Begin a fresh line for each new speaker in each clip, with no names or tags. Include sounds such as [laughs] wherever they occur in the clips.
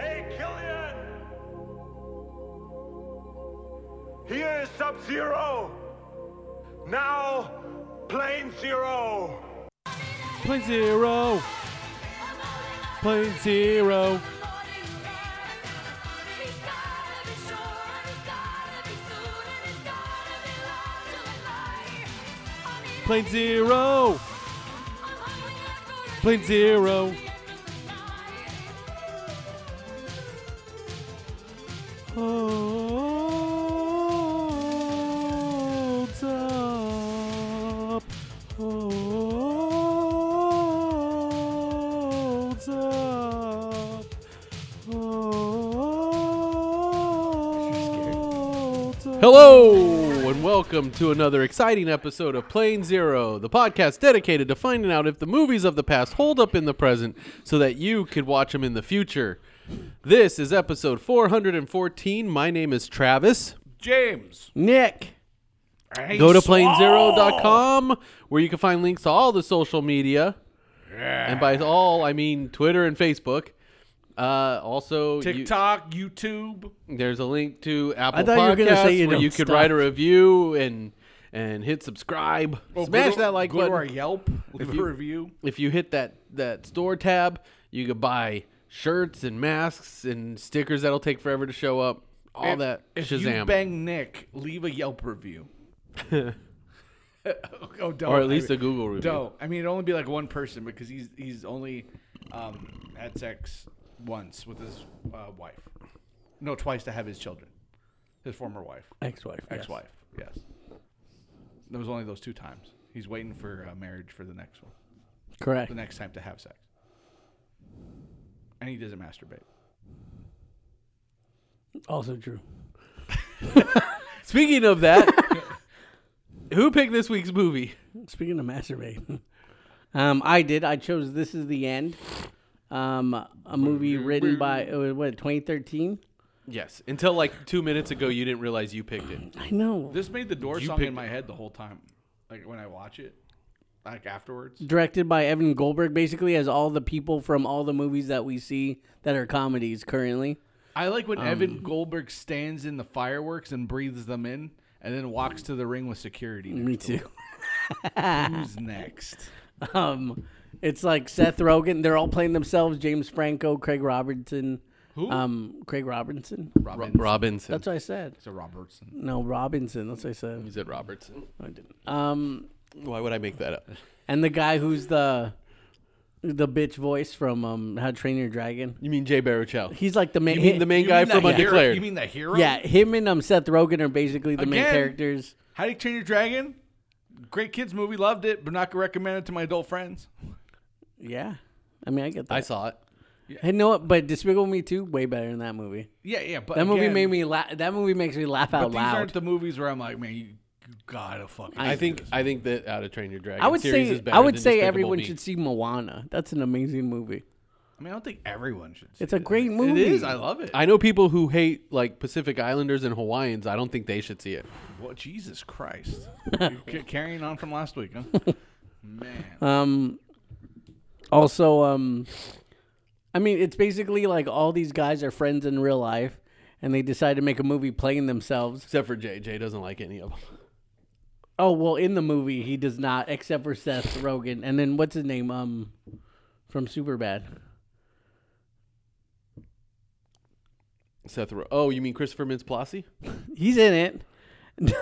Killian! Here is Sub Zero! Now, Plane Zero!
Plane zero. Plane zero. Plane zero. Plane zero. Holds up. Holds up. Holds up.
Hello, and welcome to another exciting episode of Plane Zero, the podcast dedicated to finding out if the movies of the past hold up in the present so that you could watch them in the future. This is episode 414. My name is Travis.
James.
Nick.
Go to planezero.com where you can find links to all the social media. And by all, I mean Twitter and Facebook. Uh, also, you-
TikTok, YouTube.
There's a link to Apple
thought you were
Podcasts
gonna say you
where
don't
you could
stop.
write a review and and hit subscribe. Smash
Go to-
that like
go to our
button.
Oh, Yelp. [laughs] Leave
you-
a review.
If you hit that that store tab, you could buy shirts and masks and stickers that'll take forever to show up. All that
If you
Shazam.
bang Nick, leave a
[laughs]
Yelp review. [laughs] oh, don't.
Or at least
I
a Google review.
Don't. I mean, it'd only be like one person because he's he's only um, had sex once with his uh, wife. No, twice to have his children. His former wife,
Ex-wife.
ex-wife. Yes. There was only those two times. He's waiting for uh, marriage for the next one.
Correct.
the next time to have sex. And he doesn't masturbate.
Also [laughs] true.
Speaking of
[laughs]
that, who picked this week's movie?
Speaking of masturbate, [laughs] um, I did. I chose "This Is the End," um, a movie written by it was, what 2013.
Yes. Until like two minutes ago, you didn't realize you picked it.
I know.
This made the door
You
song
picked
in my head the whole time. Like when I watch it, like afterwards.
Directed by Evan Goldberg, basically has all the people from all the movies that we see that are comedies currently.
I like
Um,
when Evan Goldberg stands in the fireworks and breathes them in and then walks to the ring with security.
Me too.
Who's next?
[laughs] Um, it's like Seth Rogen. They're all playing themselves. James Franco, Craig Robertson. Who? Um, Craig Robertson.
Robin.
Robinson.
That's what I said.
it's a Robertson.
No, Robinson. That's what I said.
you said Robertson.
No, I didn't. Um,
Why would I make that up?
And the guy who's the the bitch voice from um, How to Train Your Dragon.
You mean Jay Baruchel?
He's like the main.
You mean the main
You
guy
mean
from
the hero-
Undeclared?
You mean the hero?
Yeah, him and um, Seth Rogen are basically the main
Again.
characters.
How to Train Your Dragon? Great kids movie. Loved it, but not gonna recommend it to my adult friends.
Yeah, I mean, I get that.
I
I,
saw it.
know what, but Despicable Me Two way better than that movie.
Yeah, yeah. But
That movie
again,
made me laugh. That movie makes me laugh
But
out
these
loud.
aren't the movies where I'm like, man, you, you gotta fucking.
I
see
think
this.
I think that How to Train Your Dragon.
I would
series
say
is better
I would
than
say
Despicable
everyone
Me.
should see Moana. That's an amazing movie.
I mean, I don't think everyone should. See
It's a
it.
great
It is.
movie.
I love it.
I know people who hate like Pacific Islanders and Hawaiians. I don't think they should see it.
well, Jesus
[laughs]
Christ! You're ca- carrying on from last week, huh? Man,
Um, also, um, I mean, it's basically like all these guys are friends in real life, and they decide to make a movie playing themselves.
Except for Jay. Jay doesn't like any of them.
Oh well, in the movie he does not, except for Seth Rogen, and then what's his name? Um, from Superbad.
Seth. Ro- oh, you mean Christopher Mintz-Plasse?
He's in it. [laughs]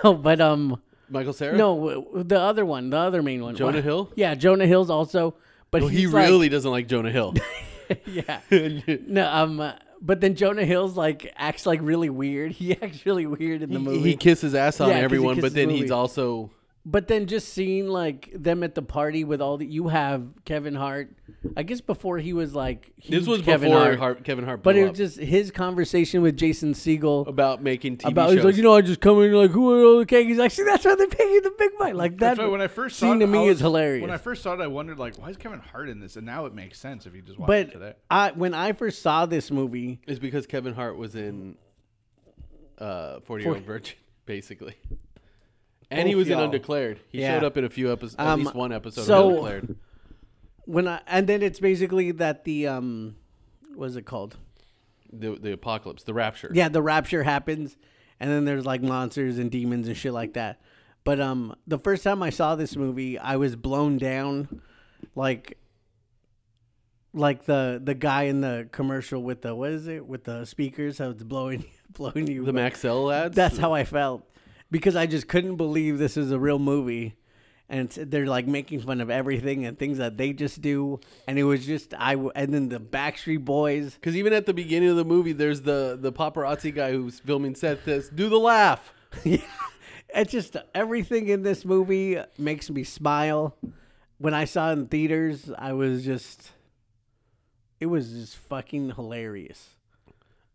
No, but um,
Michael Sarah?
no, w- w- the other one, the other main one,
Jonah Hill?
[laughs] Yeah, Jonah Hill's also, but
Well, he
he's like-
really doesn't like Jonah Hill.
[laughs]
[laughs]
yeah. No, um, uh, but then Jonah Hill's like acts like really weird. [laughs] He acts really weird in the movie.
he kisses ass on
Yeah, 'cause he
everyone, but
kisses
then
movie.
he's also
But then just seeing like them at the party with all the you have Kevin Hart. I guess before he was like huge
this was
Kevin
before
Hart,
Hart- Kevin Hart.
but
blew
it was
up
just his conversation with Jason Segel
about making TV
about
shows.
he's like you know I just come in like who are all the cake? He's like see that's why they're picking the big bite like that.
That's why when I first saw
scene
it,
to me
I was-
is hilarious.
When I first saw it, I wondered like, why is Kevin Hart in this? And now it makes sense if you just watch it
but
today.
I when I first saw this movie,
it's because Kevin Hart was in uh, Forty Year Old Virgin, [laughs] basically. And he
Both
was in
y'all.
Undeclared. He
Yeah.
showed up in a few episodes, at
Um,
least one episode
so-
of Undeclared.
when I and then it's basically that the um, what is it called?
the the apocalypse, the rapture.
Yeah, the rapture happens, and then there's like monsters and demons and shit like that. But um, the first time I saw this movie, I was blown down, like, like the the guy in the commercial with the what is it with the speakers? How it's blowing [laughs] blowing you.
The Maxell ads.
That's how I felt because I just couldn't believe this is a real movie. And it's- they're like making fun of everything and things that they just do, and it was just I. w- And then the Backstreet Boys,
Because even at the beginning of the movie, there's the the paparazzi guy who's filming said this. Do the laugh.
yeah. It's just everything in this movie makes me smile. When I saw it in theaters, I was just it was just fucking hilarious.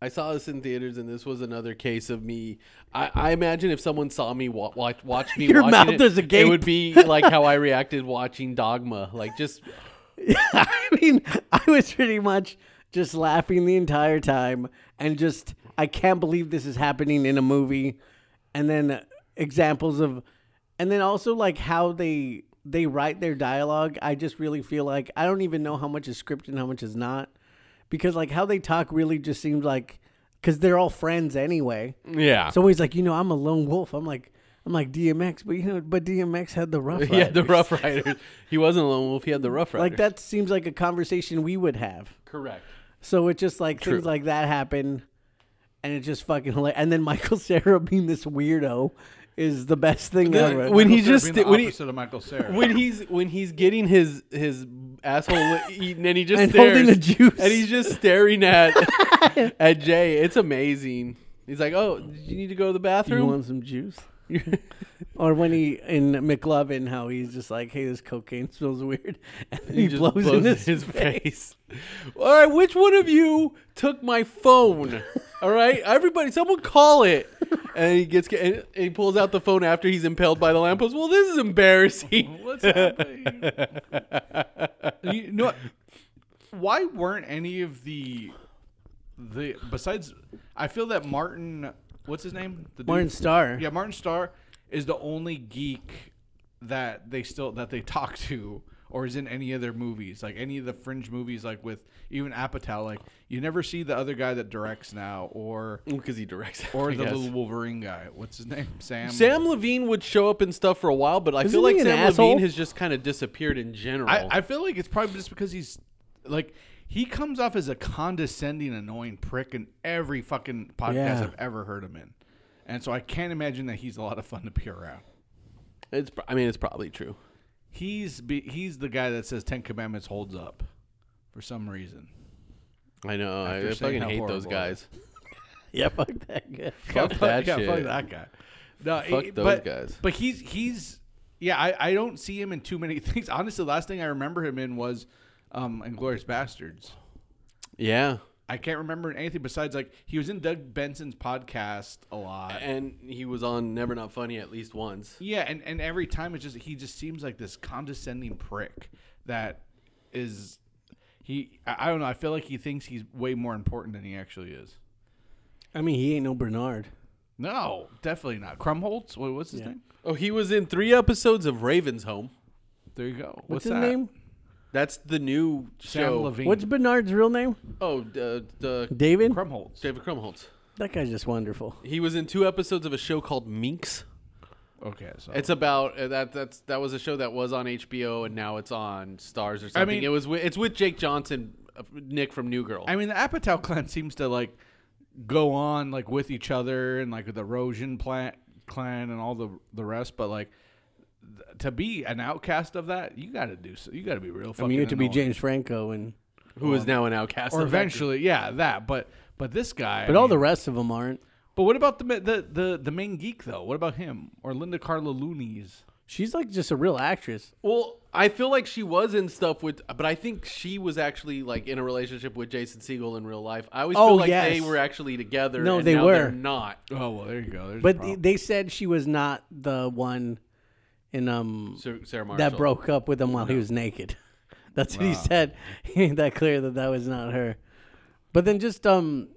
I saw this in theaters, and this was another case of me. I, I imagine if someone saw me wa- watch watch me,
[laughs] Your
watching
mouth
it,
is
It
agape.
would be
[laughs]
like how I reacted watching Dogma, like just
[laughs] I mean, I was pretty much just laughing the entire time and just I can't believe this is happening in a movie. And then examples of and then also like how they they write their dialogue. I just really feel like I don't even know how much is scripted and how much is not because like how they talk really just seems like cuz they're all friends anyway.
[laughs] yeah,
So he's like, "You know, I'm a lone wolf." I'm like I'm like DMX, but you know, but DMX had the
[laughs]
rough.
yeah. The
Riders."
Rough Riders. He wasn't a lone wolf. He had the Rough Riders.
Like that seems like a conversation we would have.
Correct.
So it just like
True.
things like that happen, and it just fucking hilarious. And then Michael [laughs] Sarah being this weirdo is the best thing ever.
when he
Michael
just
Cera being the
when he
opposite of Michael Cera.
when he's when he's getting his his
[laughs]
asshole eaten and he just
And
stares,
holding a juice.
and he's just staring at at Jay. It's amazing. He's like, "Oh, did you need to go to the
[laughs] you
bathroom?"
want some [laughs] juice? or when he in McLovin, how he's just like, "Hey, this cocaine [laughs] smells weird," and then he,
just
blows, in [laughs] his,
face. All right, which one of you took my phone? All right, everybody, someone call it. And he gets and he pulls out the phone after he's impaled by the lamppost. Well, this is embarrassing.
What's happening? you know what? Why weren't any of the the besides? I feel that Martin, what's his name? The dude-
Martin Starr.
Yeah, Martin Starr is the only geek that they still that they talk to or is in any other movies like any of the fringe movies like with even apatow like you never see the other guy that directs now or
Because he directs. it,
or
I
the
guess.
little wolverine guy what's his name sam
Sam Levine would show up in stuff for a while, but I
Isn't
feel like
he an
Sam
asshole?
Levine has just kind of disappeared in general.
I, I feel like it's probably just because he's like he comes off as a condescending, annoying prick in every fucking podcast
Yeah.
I've ever heard him in, and so I can't imagine that he's a lot of fun to be around.
it's pro- I mean it's probably true.
He's be, he's the guy that says Ten Commandments holds up for some reason.
I know. I,
After
I
saying
fucking
how
hate those
horrible it
guys.
Yeah, fuck that guy.
Fuck that
yeah,
shit.
fuck that guy. No,
Fuck
it-
those
but,
guys.
But he's he's yeah. I, I don't see him in too many [laughs] things. Honestly, the last thing I remember him in was um, Inglorious Bastards.
Yeah.
I can't remember anything besides like he was in Doug Benson's podcast a lot.
And he was on Never Not Funny at least once.
Yeah, and, and every time it's just he just seems like this condescending prick that is he I, I don't know, I feel like he thinks he's way more important than he actually is.
I mean, he ain't no Bernard.
No, definitely not. Krumholtz? What, what's his name?
Oh, he was in three episodes of Raven's Home.
There you go.
What's,
What's,
his
that?
name?
That's the new
Sam
show.
Levine.
What's Bernard's real name?
Oh, uh, the
David.
Krumholtz?
David Krumholtz.
That guy's just wonderful.
He was in two episodes of a show called Minx.
Okay, so
It's about uh, that. That's that was a show that was on HBO and now it's on Stars or something.
mean-
it was. With, it's with Jake Johnson, uh, Nick from New Girl.
I mean the Apatow [laughs] clan seems to like go on like with each other and like with the Rosian plant clan and all the the rest, but like th- to be an outcast of that, you got to do so. You got to be real.
I
Fucking
mean, you have to be
annoying.
James Franco and
who is now an outcast.
or
of that
eventually, yeah, that. But but this guy.
but
I
all the
mean-
rest of them aren't.
But what about the ma- the the, the main geek though? What about him or Linda Carla Looney's?
She's like just a real actress.
Well, I feel like she was in stuff with, but I think she was actually like in a relationship with Jason Siegel in real life. I always
Oh,
feel like
yes.
they were actually together.
No,
and
they
now They're
were.
not.
Oh well, there you go. There's
But
a
th-
problem.
they said she was not the one in um
Sarah, Sarah Marshall.
that broke up with him while he was naked. [laughs] That's what he [laughs] said. He made that clear that that was not her. But then just um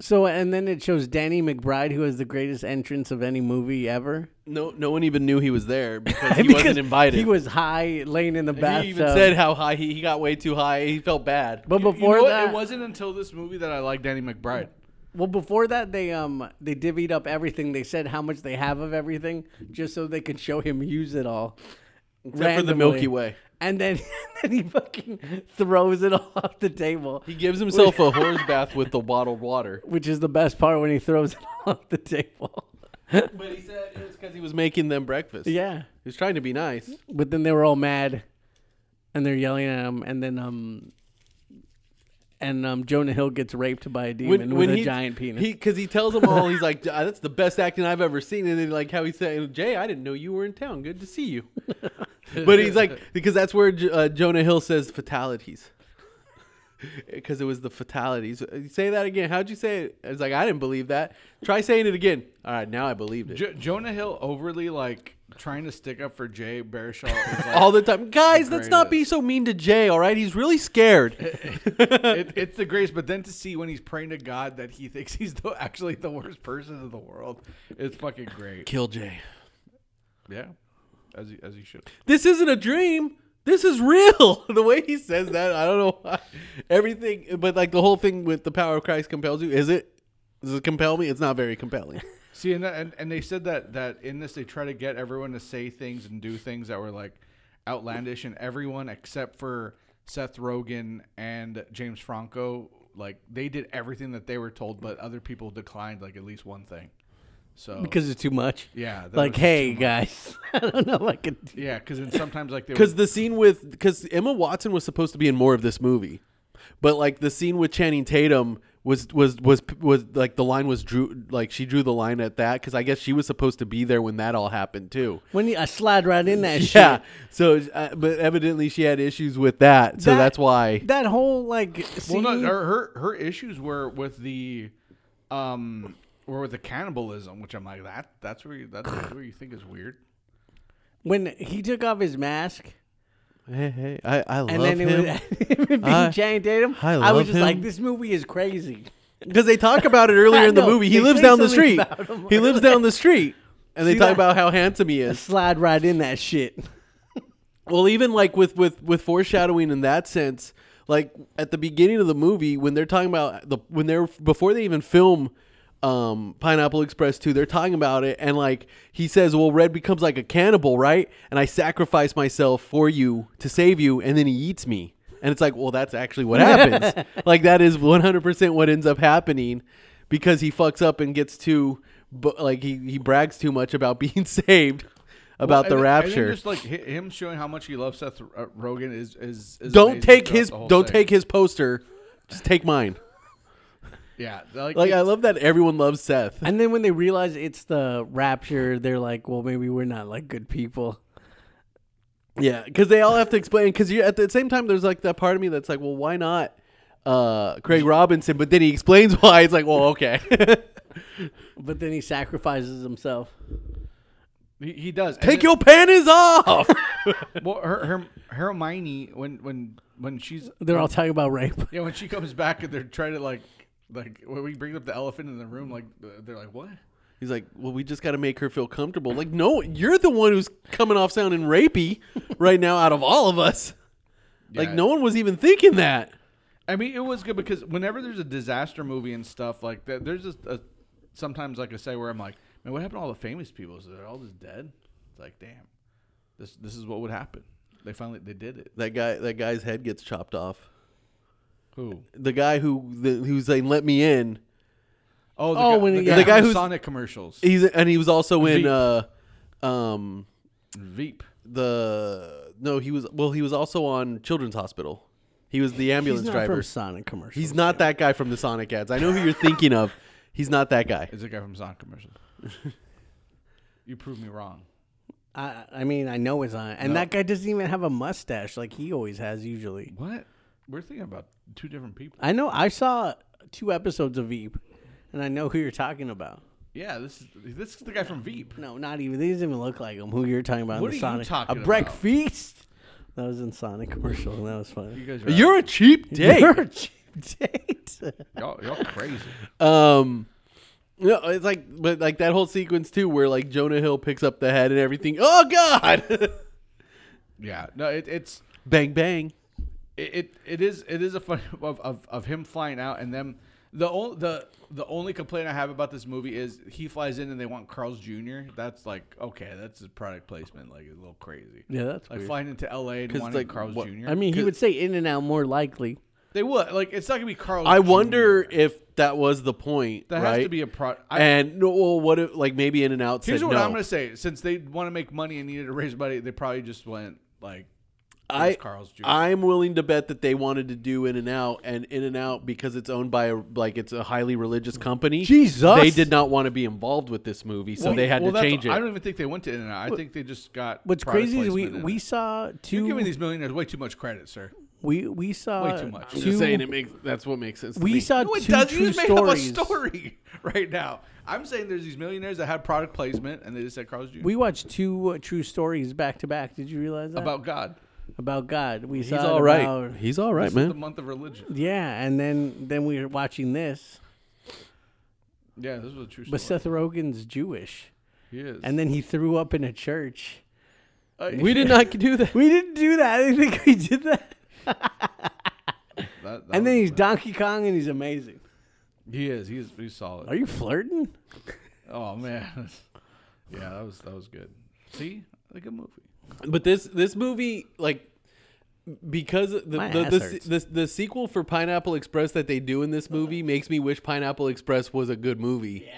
So and then it shows Danny McBride, who has the greatest entrance of any movie ever.
No, no one even knew he was
[laughs]
there because he wasn't invited.
He was high, laying in the bathtub.
He even said how high he, he got way too high. He felt bad.
but
You know
before
what?
that,
it wasn't until this movie that I liked Danny McBride.
Well, before that, they um they divvied up everything. They said how much they have of everything, just so they could show him use it all.
Except for the Milky Way.
And then, [laughs] then he fucking throws it [laughs] all off the table,
He gives himself a horse bath with the bottled water.
which is the best part when he throws it [laughs] all off the table.
But he said it was because he was making them breakfast.
yeah,
He was trying to be nice.
but then they were all mad, and they're yelling at him. And then um and um Jonah Hill gets raped by a demon with a giant penis.
Because he, tells them all, he's like, "Ah, that's the best acting I've ever seen. And then, like, how he said, Jay, I didn't know you were in town. Good to see
[laughs]
you. but he's like, because that's where J- uh, Jonah Hill says fatalities. [laughs] Because it was the fatalities. Uh, Say that again. How'd you say it? It's like, I didn't believe that. Try saying it again. All right, now I believed it.
Jo- Jonah Hill overly like trying to stick up for Jay Baruchel. Is like,
all the time. Guys, let's not be so mean to Jay, all right? He's really
[laughs]
scared.
it, it's the greatest. But then to see when he's praying to God that he thinks he's the, actually the worst person in the world, it's fucking great.
Kill Jay.
Yeah, as he, as he should.
This isn't a dream. This is real. [laughs] The way he says that, I don't know why. Everything, but like the whole thing with the power of Christ compels you. Is it? Does it compel me? It's not very
[laughs]
compelling.
See, and, that, and and they said that that in this they try to get everyone to say things and do things that were like outlandish, and everyone except for Seth Rogen and James Franco, like they did everything that they were told, but other people declined like at least one thing. So
because it's too much.
yeah, that
Like,
was
hey
too much.
guys, [laughs] I don't know if I could
yeah, because then sometimes like
[laughs]
they
Because
would,
the scene with because Emma Watson was supposed to be in more of this movie, but like the scene with Channing Tatum was was was was like the line was drew like she drew the line at that because I guess she was supposed to be there when that all happened too.
When you, I slide right in that shit.
Yeah. So, uh, but evidently she had issues with that, so
That-
that's why.
That whole like
well,
scene,
no, her her- her issues were with the um were with the cannibalism, which I'm like that that's where you, that's where you think is weird.
when he took off his mask
Hey, hey, I, I
and
love
then it
him
was [laughs] it being
I-
Channing Tatum,
I
I,
love
was just like,
him.
this movie is crazy.
because they talk about
[laughs]
it earlier in the
No,
movie. He
they
lives
say
down the
something
street.
about him
He lives down the street, and they
See
talk
that?
about how handsome he is.
Slide right in that shit.
Well, even like with with with foreshadowing in that sense, like at the beginning of the movie when they're talking about the when they're before they even film um Pineapple Express 2, they're talking about it and like he says, "Well, Red becomes like a cannibal, right? And I sacrifice myself for you to save you and then he eats me." And it's like, "Well, that's actually what happens." like that is 100% what ends up happening because he fucks up and gets too bu- like he he brags too much about [laughs] being saved about the
And then- and then
rapture.
just like hi- him showing how much he loves Seth uh, Rogen is is. is
don't
amazing
take
throughout
his
the whole
don't
thing.
take his poster just take mine
Yeah, like,
like
it-
i love that everyone loves seth
And then when they realize it's the rapture, they're like, well, maybe we're not like good people.
[laughs] yeah because they all have to explain because you at the same time there's like that part of me that's like well why not uh craig robinson but then he explains [laughs] why it's like well okay
But then he sacrifices himself.
he, he does. And
take
then-
your panties off [laughs]
well, her, her Hermione when when when she's
They're all talking about rape.
yeah when she comes back and they're trying to like like when we bring up the elephant in the room like they're like what
he's like well we just got to make her feel comfortable like no you're the one who's coming off sounding rapey [laughs] right now out of all of us like
Yeah.
no one was even thinking that
I mean, it was good because whenever there's a disaster movie and stuff like that, there's just a, sometimes like I say where I'm like, man, what happened to all the famous people? So they're all just dead. It's like, damn, this this is what would happen. They finally they did it.
that guy that guy's head gets chopped off
Who?
the guy who the, who's saying let me in
Oh, the
Oh,
guy,
when
the,
he-
guy
yeah.
The guy
from
who's-
Sonic commercials.
He's and he was also in
Veep.
uh, um,
Veep.
the no, he was well, he was also on Children's Hospital. He was the ambulance
He's not
driver.
from Sonic commercials.
He's not that guy from the Sonic ads. I know who you're thinking of. He's not that guy.
[laughs] It's the guy from Sonic commercials. you proved me wrong.
I, I mean, I know it's on. And that guy doesn't even have a mustache like he always has usually.
What? We're thinking about two different people.
I know. I saw two episodes of Veep, and I know who you're talking about.
Yeah, this is this is the guy from Veep.
No, not even. They doesn't even look like him. Who you're talking about? in
What
the
are you
Sonic.
talking
a
about?
breakfast. That was in Sonic commercial. and That was funny. [laughs]
You guys are [laughs]
You're a cheap date.
You're a cheap date.
Y'all, y'all crazy.
Um, no, it's like, but like that whole sequence too, where like Jonah Hill picks up the head and everything. Oh God! [laughs]
Yeah. No, it, it's
bang bang.
it, it it is it is a fun [laughs] of, of of him flying out and them the only the the only complaint I have about this movie is he flies in and they want Carl's Jr. That's like okay, that's his product placement, like a little crazy.
Yeah, that's
like
weird.
flying into L.A. and
'Cause
wanting
like,
Carl's
what-
Jr.
I mean, he would say in and out more likely.
they would like it's not gonna be Carl's.
I wonder
Jr..
if that was the point.
that
right?
has to be a pro. I,
and no, well, what if like maybe In and Out said
here's what
no.
I'm gonna say: since they want to make money and needed to raise money, they probably just went like
I
it's Carl's Jr.
I'm willing to bet that they wanted to do In and Out and In and Out because it's owned by a, like it's a highly religious company.
Jesus.
they did not want to be involved with this movie, so
Well,
they had
well,
to
that's-
change it.
I don't even think they went to In and Out. I think they just got.
What's
product
crazy is we
placement in
we
it.
saw
You're giving
two
these millionaires way too much credit, sir.
we we saw
Way too much. I'm
I'm
two-
just saying it makes that's what makes sense. to
we
me.
saw
No, it
Uh, two
does. You
true
just made
stories.
up a story [laughs] right now. I'm saying there's these millionaires that had product placement and they just said Carl's Jr.
We watched two uh, true stories back to back. Did you realize that
about God.
about God? We
he's
saw it
all right.
about-
he's all right,
This is the
man.
month of religion.
yeah, and then then we were watching this,
Yeah, this was a true story.
but Seth Rogen's Jewish,
he is.
and then he threw up in a church.
Uh,
we did not do that.
We didn't do that. I didn't think we did that.
that- that
And then
was-
he's Donkey Kong, and he's amazing.
he is. He is. He's solid.
Are you flirting?
oh man. [laughs] yeah, that was that was good. See, like a movie.
But this this movie like because the
My
the,
ass
the,
hurts.
the the sequel for Pineapple Express that they do in this movie makes me wish Pineapple Express was a good movie.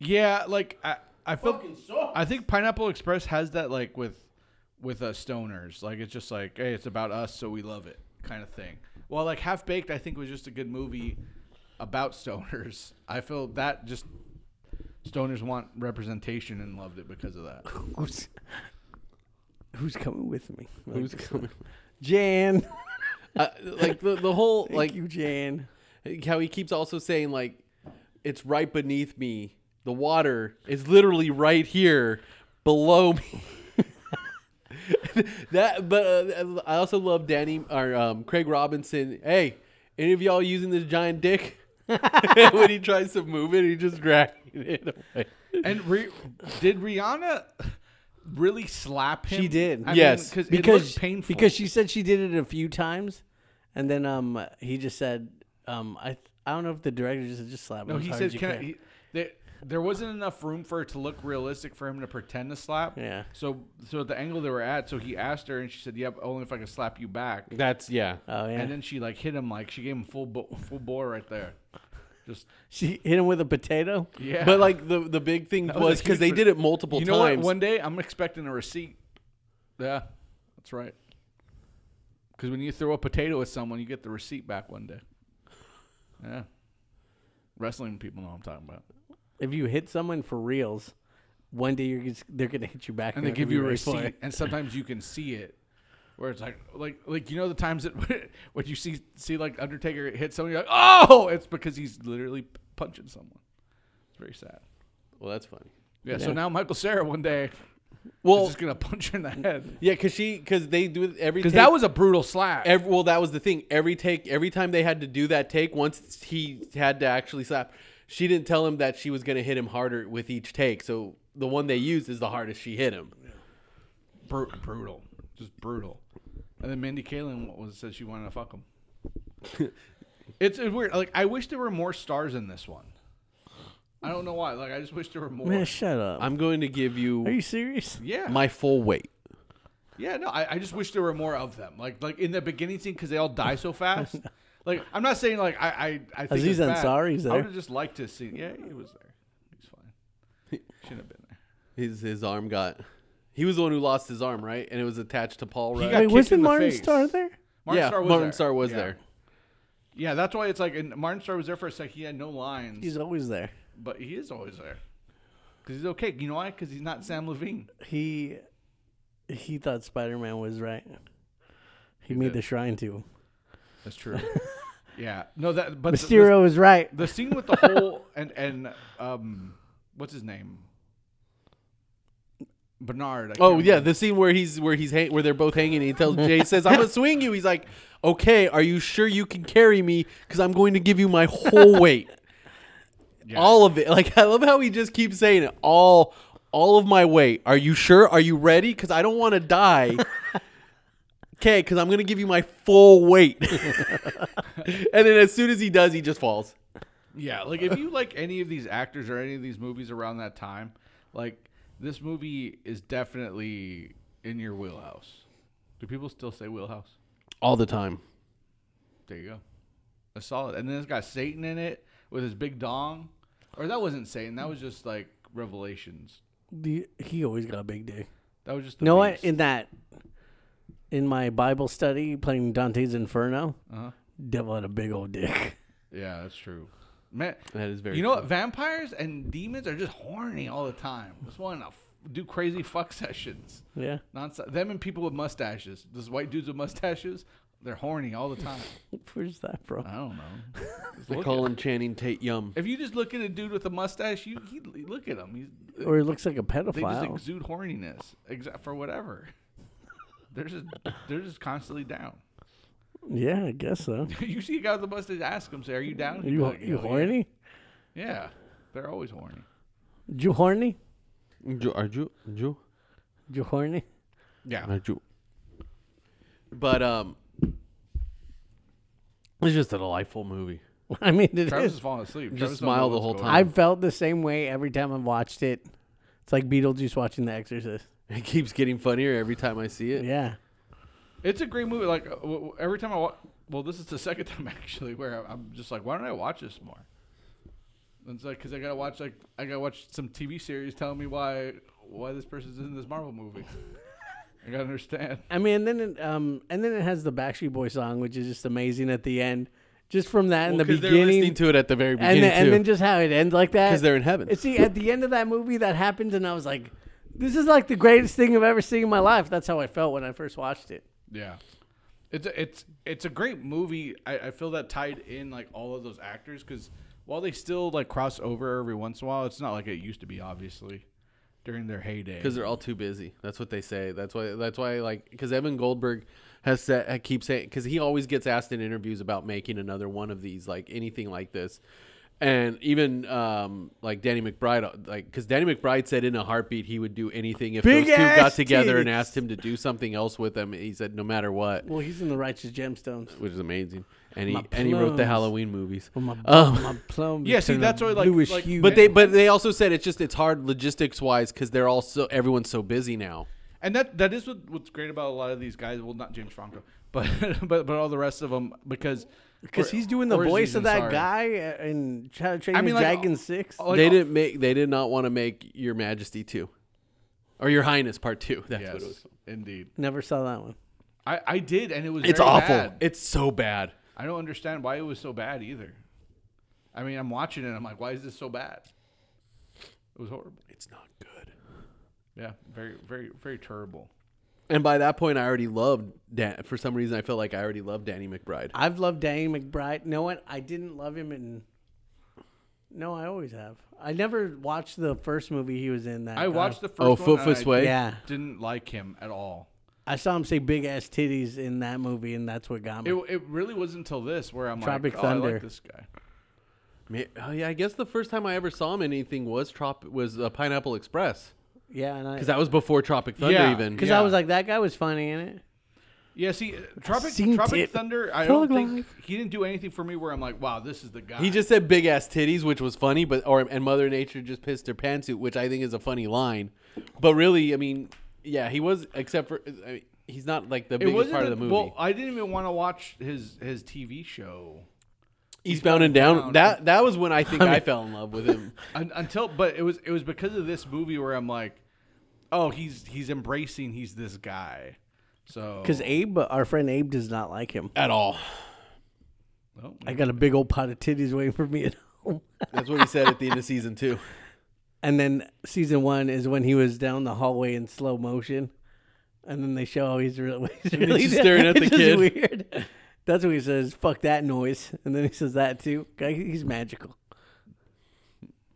Yeah, like I, I feel. I think Pineapple Express has that like with with uh, stoners. Like it's just like, hey, it's about us, so we love it, kind of thing. Well, like Half Baked, I think was just a good movie about stoners. I feel that just stoners want representation and loved it because of
[laughs]
that.
Who's, who's coming with me? I like
Who's
this
coming?
one.
[laughs]
Jan.
Uh, like the the whole
like
like
you, Jan.
how he keeps also saying like it's right beneath me. The water is literally right here below me. [laughs] that but uh, I also love Danny or um, Craig Robinson. Hey, any of y'all using this giant dick? [laughs] when he tries to move it, he just dragging it away.
And re- did Rihanna really slap him?
She did.
Yes,
because it
because
looked painful.
because she said she did it a few times, and then um he just said um I I don't know if the director just said, just slapped.
No,
him as
he
hard
said
as you
can I,
can."
he, there, there wasn't enough room for it to look realistic for him to pretend to slap.
Yeah.
So so at the angle they were at, so he asked her and she said, "Yep, only if I can slap you back."
That's yeah.
oh yeah,
And then she like hit him like she gave him full bo- full bore right there. Just
she hit him with a potato.
yeah.
But
[laughs]
like the the big thing
was
was
a
because they
huge-
did it multiple
you know
times.
what? One day I'm expecting a receipt. Yeah. That's right. Cuz when you throw a potato at someone, you get the receipt back one day. Yeah. Wrestling people know what I'm talking about.
If you hit someone for reals, one day you're just, they're gonna hit you back,
and they
they're
give
gonna
you a
be ready for
receipt,
it.
and sometimes you can see it, where it's like, like, like you know the times that [laughs] when you see see like Undertaker hit someone, you're like, oh, it's because he's literally punching someone. It's very sad.
well, that's funny.
Yeah. So now Michael Sarah one day
Well,
is just gonna punch her in the head [laughs]
yeah, because she because they do it every
because
take-
that was a brutal slap.
Every, well, that was the thing. Every take, every time they had to do that take, once he had to actually slap, she didn't tell him that she was going to hit him harder with each take. So the one they used is the hardest she hit him.
Bru- brutal, just brutal. And then Mindy Kaling was said she wanted to fuck him. [laughs] it's, it's weird. Like I wish there were more stars in this one. I don't know why. Like I just wish there were more.
Man, shut up.
I'm going to give
Are
you
you serious?
yeah.
my full weight.
Yeah, no, I, I just wish there were more of them. Like like in the beginning scene because they all die so fast. like I'm not saying like I I, I think
Aziz
it's bad.
Ansari's
I
there.
would have just liked to see. Yeah, he was there. He's fine. Shouldn't have been there.
His his arm got. He was the one who lost his arm, right? And it was attached to Paul. Right?
got
Wait,
kicked
wasn't
in the
Martin
face.
Starr there?
Martin
yeah,
Starr was
Martin
there.
Star was
Yeah.
there.
Yeah, that's why it's like and Martin Starr was there for a sec. He had no lines,
He's always there.
but he is always there because he's okay. You know why? Because he's not Sam Levine.
He he thought Spider Man was right. He, made
did.
the shrine to him.
That's true. [laughs] yeah. No, that but the- the-
Mysterio was right.
the scene with the whole and and um what's his name Bernard. I can't
Oh yeah,
remember.
the scene where he's where he's hang- where they're both hanging. and He tells Jay says, [laughs] "I'm gonna swing you." He's like, "Okay, are you sure you can carry me? Because I'm going to give you my whole [laughs] weight, all of it." Like I love how he just keeps saying it all, all of my weight. Are you sure? Are you ready? Because I don't want to [laughs] die. Okay, because I'm gonna give you my full weight. [laughs] and then as soon as he does, he just falls.
Yeah, like if you like any of these actors or any of these movies around that time, like this movie is definitely in your wheelhouse. Do people still say wheelhouse?
All the time.
There you go. That's solid. And then it's got Satan in it with his big dong. Or that wasn't Satan, that was just like Revelations.
The, he always got a big dick.
That was just the
You know what?
beast.
In that, in my Bible study playing Dante's Inferno,
Uh-huh.
devil had a big old dick.
[laughs] Yeah, that's true. Man,
That is very
You know what? Vampires and demons are just horny all the time. Just want to f- do crazy [laughs] fuck sessions.
Yeah.
Nonstop. Them and people with mustaches. Those white dudes with mustaches, they're horny all the
[laughs]
time.
Where's that from?
I don't know. Just
They
look
call
at-
him Channing Tate Yum.
if you just look at a dude with a mustache, you he, look at him. He's,
Or he looks like a
they just
pedophile.
exude horniness, except
[laughs]
for whatever. They're just they're just constantly down. [laughs]
Yeah, I guess so.
you see a guy with a mustache, ask him, say, "Are you down?" He'd be
You
like,
you
"Hell Oh, yeah."
horny?
Yeah, they're always horny.
You horny?
Are you? you?
You horny? [laughs]
Yeah,
But um, it's just a delightful movie. [laughs]
I mean, it
Travis
is.
is falling asleep.
Just
Travis don't
smile
know
the
what's
whole
going
time.
on.
I felt the same way every time I've watched it. It's like Beetlejuice watching The Exorcist.
It keeps getting funnier every time I see it.
Yeah.
It's a great movie. Like uh, w- w- every time I watch, well, this is the [laughs] second time actually where I- I'm just like, why don't I watch this more? And it's like because I gotta watch like I gotta watch some TV series telling me why why this person's in this Marvel movie. I gotta understand.
I mean, and then it, um, and then it has the Backstreet Boy song, which is just amazing at the end. Just from that in the
because they're listening
beginning,
to it at the very
and
beginning
then, and then
too.
just how it ends like that.
Because they're in heaven.
And See, at the end of that movie, that happens, and I was like, "This is like the greatest thing I've ever seen in my life." That's how I felt when I first watched it.
Yeah, it's a, it's it's a great movie. I, I feel that tied in like all of those actors because while they still like cross over every once in a while, it's not like it used to be. Obviously, during their heyday.
Because they're all too busy. That's what they say. That's why. That's why. Like, because Evan Goldberg has said, I keep saying, because he always gets asked in interviews about making another one of these, like anything like this, and even um, like Danny McBride, like because Danny McBride said in a heartbeat he would do anything if
Big
those two got
ass
together and
titties.
asked him to do something else with them. He said no matter what.
Well, he's in the Righteous Gemstones.
which is amazing. And he
My
and he wrote the
plums.
Halloween movies.
Well, my,
Um,
my plum.
Yeah, see,
turned
that's
a
why, like-
bluish
like-
hue.
but they but they also said it's just it's hard logistics wise because they're all so everyone's so busy now.
And that that is what, what's great about a lot of these guys. Well, not James Franco, but [laughs] but but all the rest of them because
because
or-
he's doing the
or is
voice
he's
of that
Ansari.
guy uh, in How to Train
I
Your
mean, like,
Dragon
uh,
Six.
Like,
they didn't make they did not want to make Your Majesty two, or Your Highness Part two. That's
Yes,
what it was.
indeed.
Never saw that one.
I I did, and it was
It's
very
awful.
bad.
It's so bad.
I don't understand why it was so bad either. I mean, I'm watching it. I'm like, why is this so bad? It was horrible.
It's not good.
Yeah, very very very terrible.
And by that point, I already loved Dan. For some reason, I felt like I already loved Danny McBride.
I've loved Danny McBride. No one. I didn't love him in. No, I always have. I never watched the first movie he was in. That
I
guy.
watched the first.
Oh,
Oh,
Foot Fist Way.
Yeah,
Didn't like him at all.
I saw him say big ass titties in that movie, and that's what got me.
It, it really wasn't until this where I'm
Tropic
like, oh, I
Thunder.
like this guy.
Ma- Oh, yeah, I guess the first time I ever saw him in anything was Trop was uh, Pineapple Express
yeah, and I
because that was before Tropic Thunder
Yeah,
even.
because I
yeah.
was like that guy was funny in it.
Yeah, see, uh, Tropic,
seen
Tropic
it.
Thunder, I
Thug
don't think
Life.
he didn't do anything for me where I'm like, wow, this is the guy.
He just said big ass titties, which was funny, but or and Mother Nature just pissed her pantsuit, which I think is a funny line. But really, I mean, yeah, he was except for I mean, he's not like the
it
biggest
wasn't
part of
a-
the movie.
Well, uh, I didn't even want to watch his his TV show
Eastbound and down.
Down.
That that was when I
[laughs]
think I, fell in love with him.
Un- until, but it was it was because of this movie where I'm like, oh, he's he's embracing he's this guy. So
Because Abe, our friend Abe, does not like him.
At all.
Well,
I got a big old pot of titties waiting for me at [laughs] home.
That's what he said at the end of season
[laughs]
two.
And then season one is when he was down the hallway in slow motion, and then they show how he's really, [laughs] he's really
just staring at
It's
the
just
kid.
Weird. That's what he says. Fuck that noise, and then he says that too. Guy, He's magical.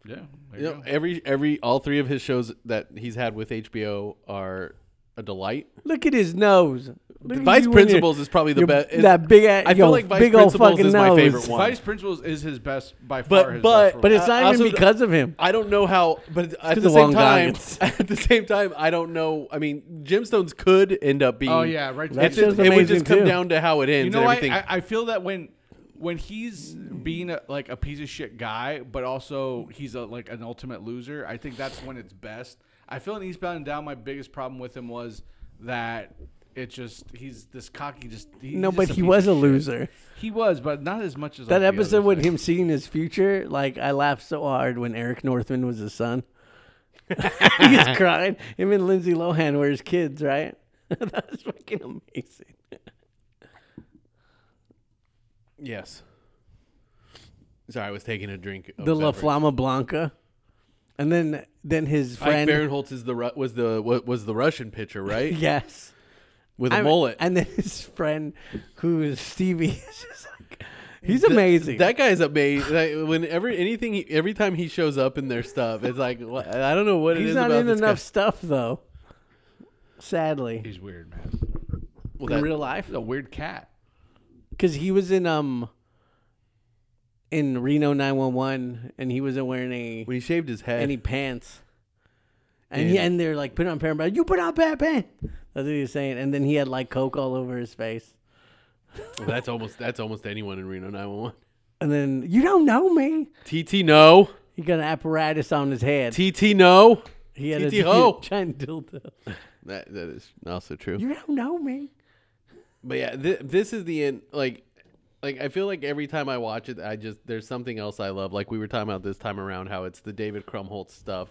Yeah. there
You
you
know,
go.
every every all three of his shows that he's had with HBO are a delight.
Look at his nose. Look at
Vice
you and your-
Principals is probably the
your-
best.
That big, a-
I
yo,
feel like Vice
big old
Principals
fucking
is my
nose.
favorite one.
Vice Principals is his best by far.
But
his
but
best
But it's
I- I
not
also
even
d-
because of him.
I don't know how, but at
of
the
the
same
Wong
time,
Goggins.
[laughs] at the same time, I don't know. I mean, gemstones could end up being.
Oh, yeah, right.
It's
That's
just,
just
it would
amazing,
just come
too.
down to how it ends
you know
and
why?
everything.
I, I feel that when when he's being a, like a piece of shit guy, but also he's a, like an ultimate loser. I think that's when it's best. I feel in Eastbound and Down, my biggest problem with him was that it just he's this cocky. Just he,
No,
he's
but
just
he
piece
was
of
a
shit.
loser.
He was, but not as much as like
That
the
episode
others,
with
like-
him seeing his future, like I laughed so hard when Eric Northman was
[laughs]
his son. he was crying. Him and Lindsay Lohan were his kids, right? [laughs] that was fucking amazing.
yes. Sorry, I was taking a drink. Of
the La
beverage.
Flama Blanca, and then then his
Ike
friend.
Barinholtz is the Ru- was the wa- was the Russian pitcher,
[laughs]
right?
yes,
With a
I-
mullet.
and then his friend, who is Stevie, [laughs] is just like he's amazing.
That guy's amazing. Like, whenever anything, he, every time he shows up in their stuff, it's like wha- I don't know what it
he's
is
not
about
in
this
enough stuff though. Sadly,
He's weird, man.
Guy. Well,
in
that-
real life,
He's a weird cat.
because he was in um in Reno 911, and he wasn't wearing any
when he shaved his head,
any pants. And he, and they're like, put on pair You put on bad pants. That's what he was saying. And then he had like coke all over his face.
well, that's almost that's almost anyone in Reno 911.
And then you don't know me.
TT no,
He got an apparatus on his head.
TT no.
he had
TT
a
ho.
[laughs] giant dildo.
That that is also true.
You don't know me.
But yeah, th- this is the end. Like, like I feel like every time I watch it, I just there's something else I love. Like we were talking about this time around, how it's the David Krumholtz stuff.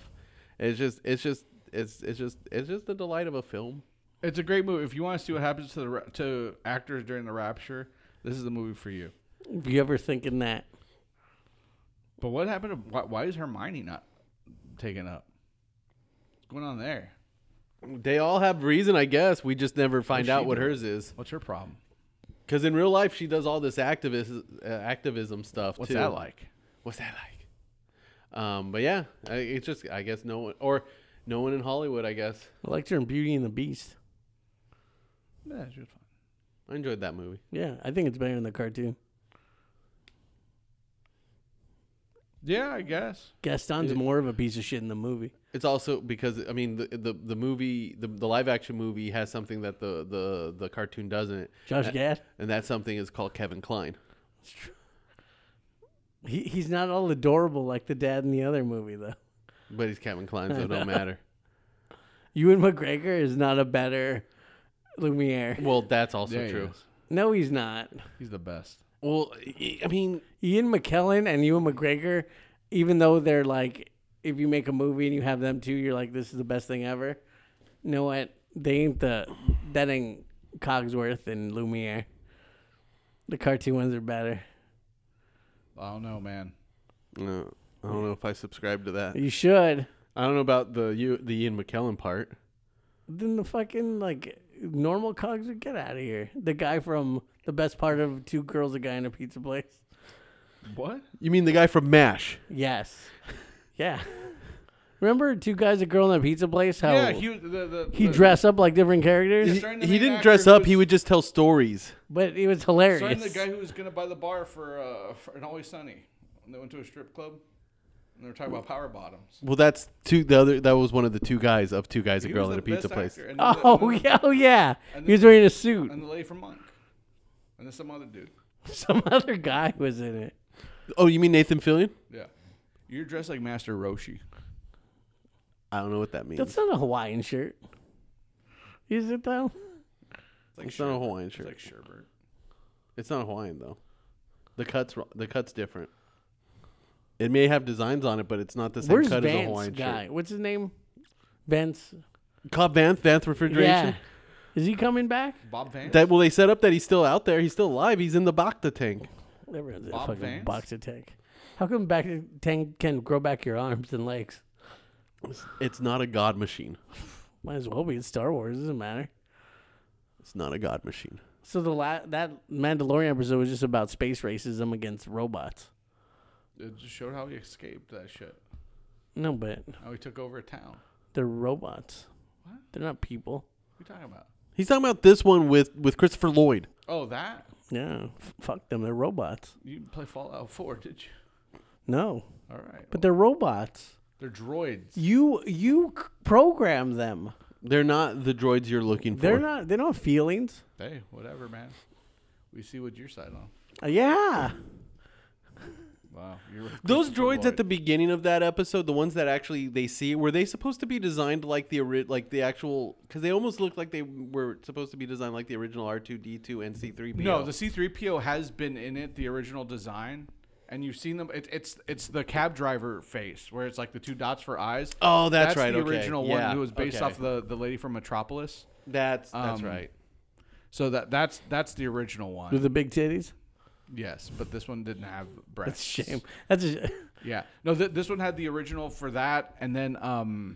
It's just, it's just, it's it's just, it's just the delight of a film.
It's a great movie. If you want to see what happens to the ra- to actors during the rapture, this is the movie for you.
If you ever thinking that,
But what happened? To, why, why is Hermione not taken up? What's going on there?
They all have reason, I guess. We just never find
she
out what
do?
hers is.
What's her problem?
Because in real life, she does all this activist uh, activism stuff.
What's
too.
that like?
What's that like? Um, but yeah, I, it's just I guess no one or no one in Hollywood. I guess
I liked her in Beauty and the Beast.
Yeah, she was fine.
I enjoyed that movie.
Yeah, I think it's better than the cartoon.
Yeah, I guess.
Gaston's more of a piece of shit in the movie.
It's also because I mean the the, the movie the, the live action movie has something that the the the cartoon doesn't,
Josh Gad,
and that something is called Kevin Klein.
he, he's not all adorable like the dad in the other movie though. [laughs]
But he's Kevin Klein, so it
[laughs]
don't matter.
Ewan McGregor is not a better Lumiere.
Well, that's also
Yeah, he
true.
is.
No, he's not.
He's the best.
Well, I I mean,
Ian McKellen and Ewan McGregor, even though they're like, if you make a movie and you have them too, you're like, this is the best thing ever. You know what? They ain't the that ain't Cogsworth and Lumiere. The cartoon ones are better.
I don't know, man.
no, Uh, I don't know if I subscribe to that.
You should.
I don't know about the you the Ian McKellen part.
Then the fucking like normal cogs would get out of here. The guy from the best part of two girls, a guy in a pizza place.
What?
You mean the guy from Mash?
Yes. [laughs] Yeah. Remember two guys, a girl in a pizza place? How
Yeah,
he,
Oh. he was the, the, the-
dressed up like different
Yeah,
characters?
starting the
he
main
didn't
actor
dress
who
up.
was-
He would just tell stories.
But it was
starting
hilarious.
the
[laughs]
guy who was gonna buy the bar for uh for an Always Sunny. And they went to a strip club, and they were talking about power bottoms.
Well, that's two. The other that was one of the two guys of two guys, a
He
girl
was
in a
the
pizza
best
place.
actor, and then the-
Oh
and then-
yeah, oh yeah.
And
He was wearing a suit. [laughs]
and the lady from Monk, and then some other dude.
Some other guy was in it.
Oh, you mean Nathan Fillion?
Yeah, you're dressed like Master Roshi.
I don't know what that means.
That's not a Hawaiian shirt. Is it though?
It's like
It's not a
Sherbert.
Hawaiian
It's
shirt.
like Sherbert.
It's not Hawaiian though. The cuts ro- the cuts different. It may have designs on it, but it's not the same
Where's
cut as a
Vance
Hawaiian
guy? What's his name? Vance.
shirt. Cobb Vanth, Vanth Refrigeration.
Yeah. Is he coming back?
Bob Vance.
That well, they set up that he's still out there. He's still alive. He's in the Bacta tank.
Everyone's in a
Bob
fucking
Vance?
boxer tank. How come back tank can grow back your arms and legs?
It's not a god machine.
Might as well be in Star Wars. Doesn't matter.
It's not a god machine.
So the la- that Mandalorian episode was just about space racism against robots.
It just showed how he escaped that shit.
No, but
Oh, he took over a town. What
they're robots. They're not people.
are you talking about?
He's talking about this one with with Christopher Lloyd.
Oh, that?
Yeah, f- fuck them. They're robots.
You didn't play Fallout 4, did you?
No,
All right.
but they're robots.
they're droids.
You you c- program them.
They're not the droids you're looking for.
They're not. They don't have feelings.
Hey, whatever, man. We see what your side on.
Uh, yeah.
Wow. You're with
Those
Christopher
droids at
Lloyd.
the beginning of that episode, the ones that actually they see, were they supposed to be designed like the ori- like the actual? Because they almost looked like they were supposed to be designed like the original R two D two and C three P.
No, the C3PO has been in it, the original design. And you've seen them. It, it's it's the cab driver face where it's like the two dots for eyes.
Oh, that's right,
The
okay,
original
yeah,
one who was based
okay.
off the, the lady from Metropolis.
that's that's
um,
right.
So that that's that's the original
With
one.
the big titties. [laughs]
Yes, but this one didn't have breasts.
That's a shame. That's a sh-
Yeah. No, th- this one had the original for that, and then um,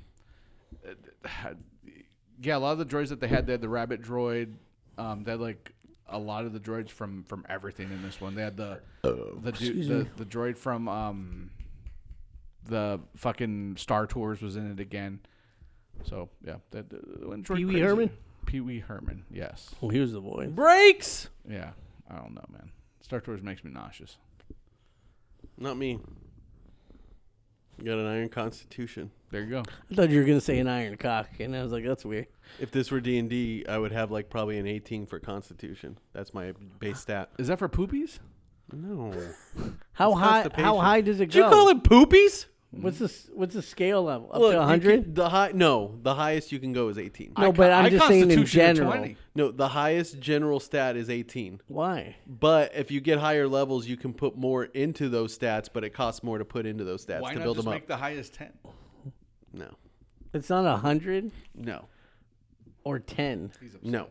uh, yeah, a lot of the droids that they had, they had the rabbit droid. Um, they had like a lot of the droids from from everything in this one. They had the
Oh,
the du- the, the droid from um, the fucking Star Tours was in it again. So yeah, that that went droid
Pee Wee
crazy.
Herman?
Pee Wee Herman. Yes.
[laughs] Well, here's the voice.
Breaks.
Yeah. I don't know, man. Star Tours makes me nauseous.
Not me. You got an iron constitution.
There you go.
I thought you were gonna say an iron cock, and I was like, that's weird.
If this were D and D, I would have like probably an eighteen for constitution. That's my base stat.
Is that for poopies?
[gasps] No.
How
It's
high? How
constipation.
high does it
Did
go?
you call it poopies?
What's the s- What's the scale level? Up
Look,
to
you
100?
can- The high no, the highest you can go is eighteen.
No, but
I
I'm just saying in
constitution of
general.
20.
No, the highest general stat is 18.
Why?
But if you get higher levels, you can put more into those stats, but it costs more to put into those stats
Why
to
not
build
just
them up.
make the highest ten?
no.
It's not 100
No.
or 10.
No.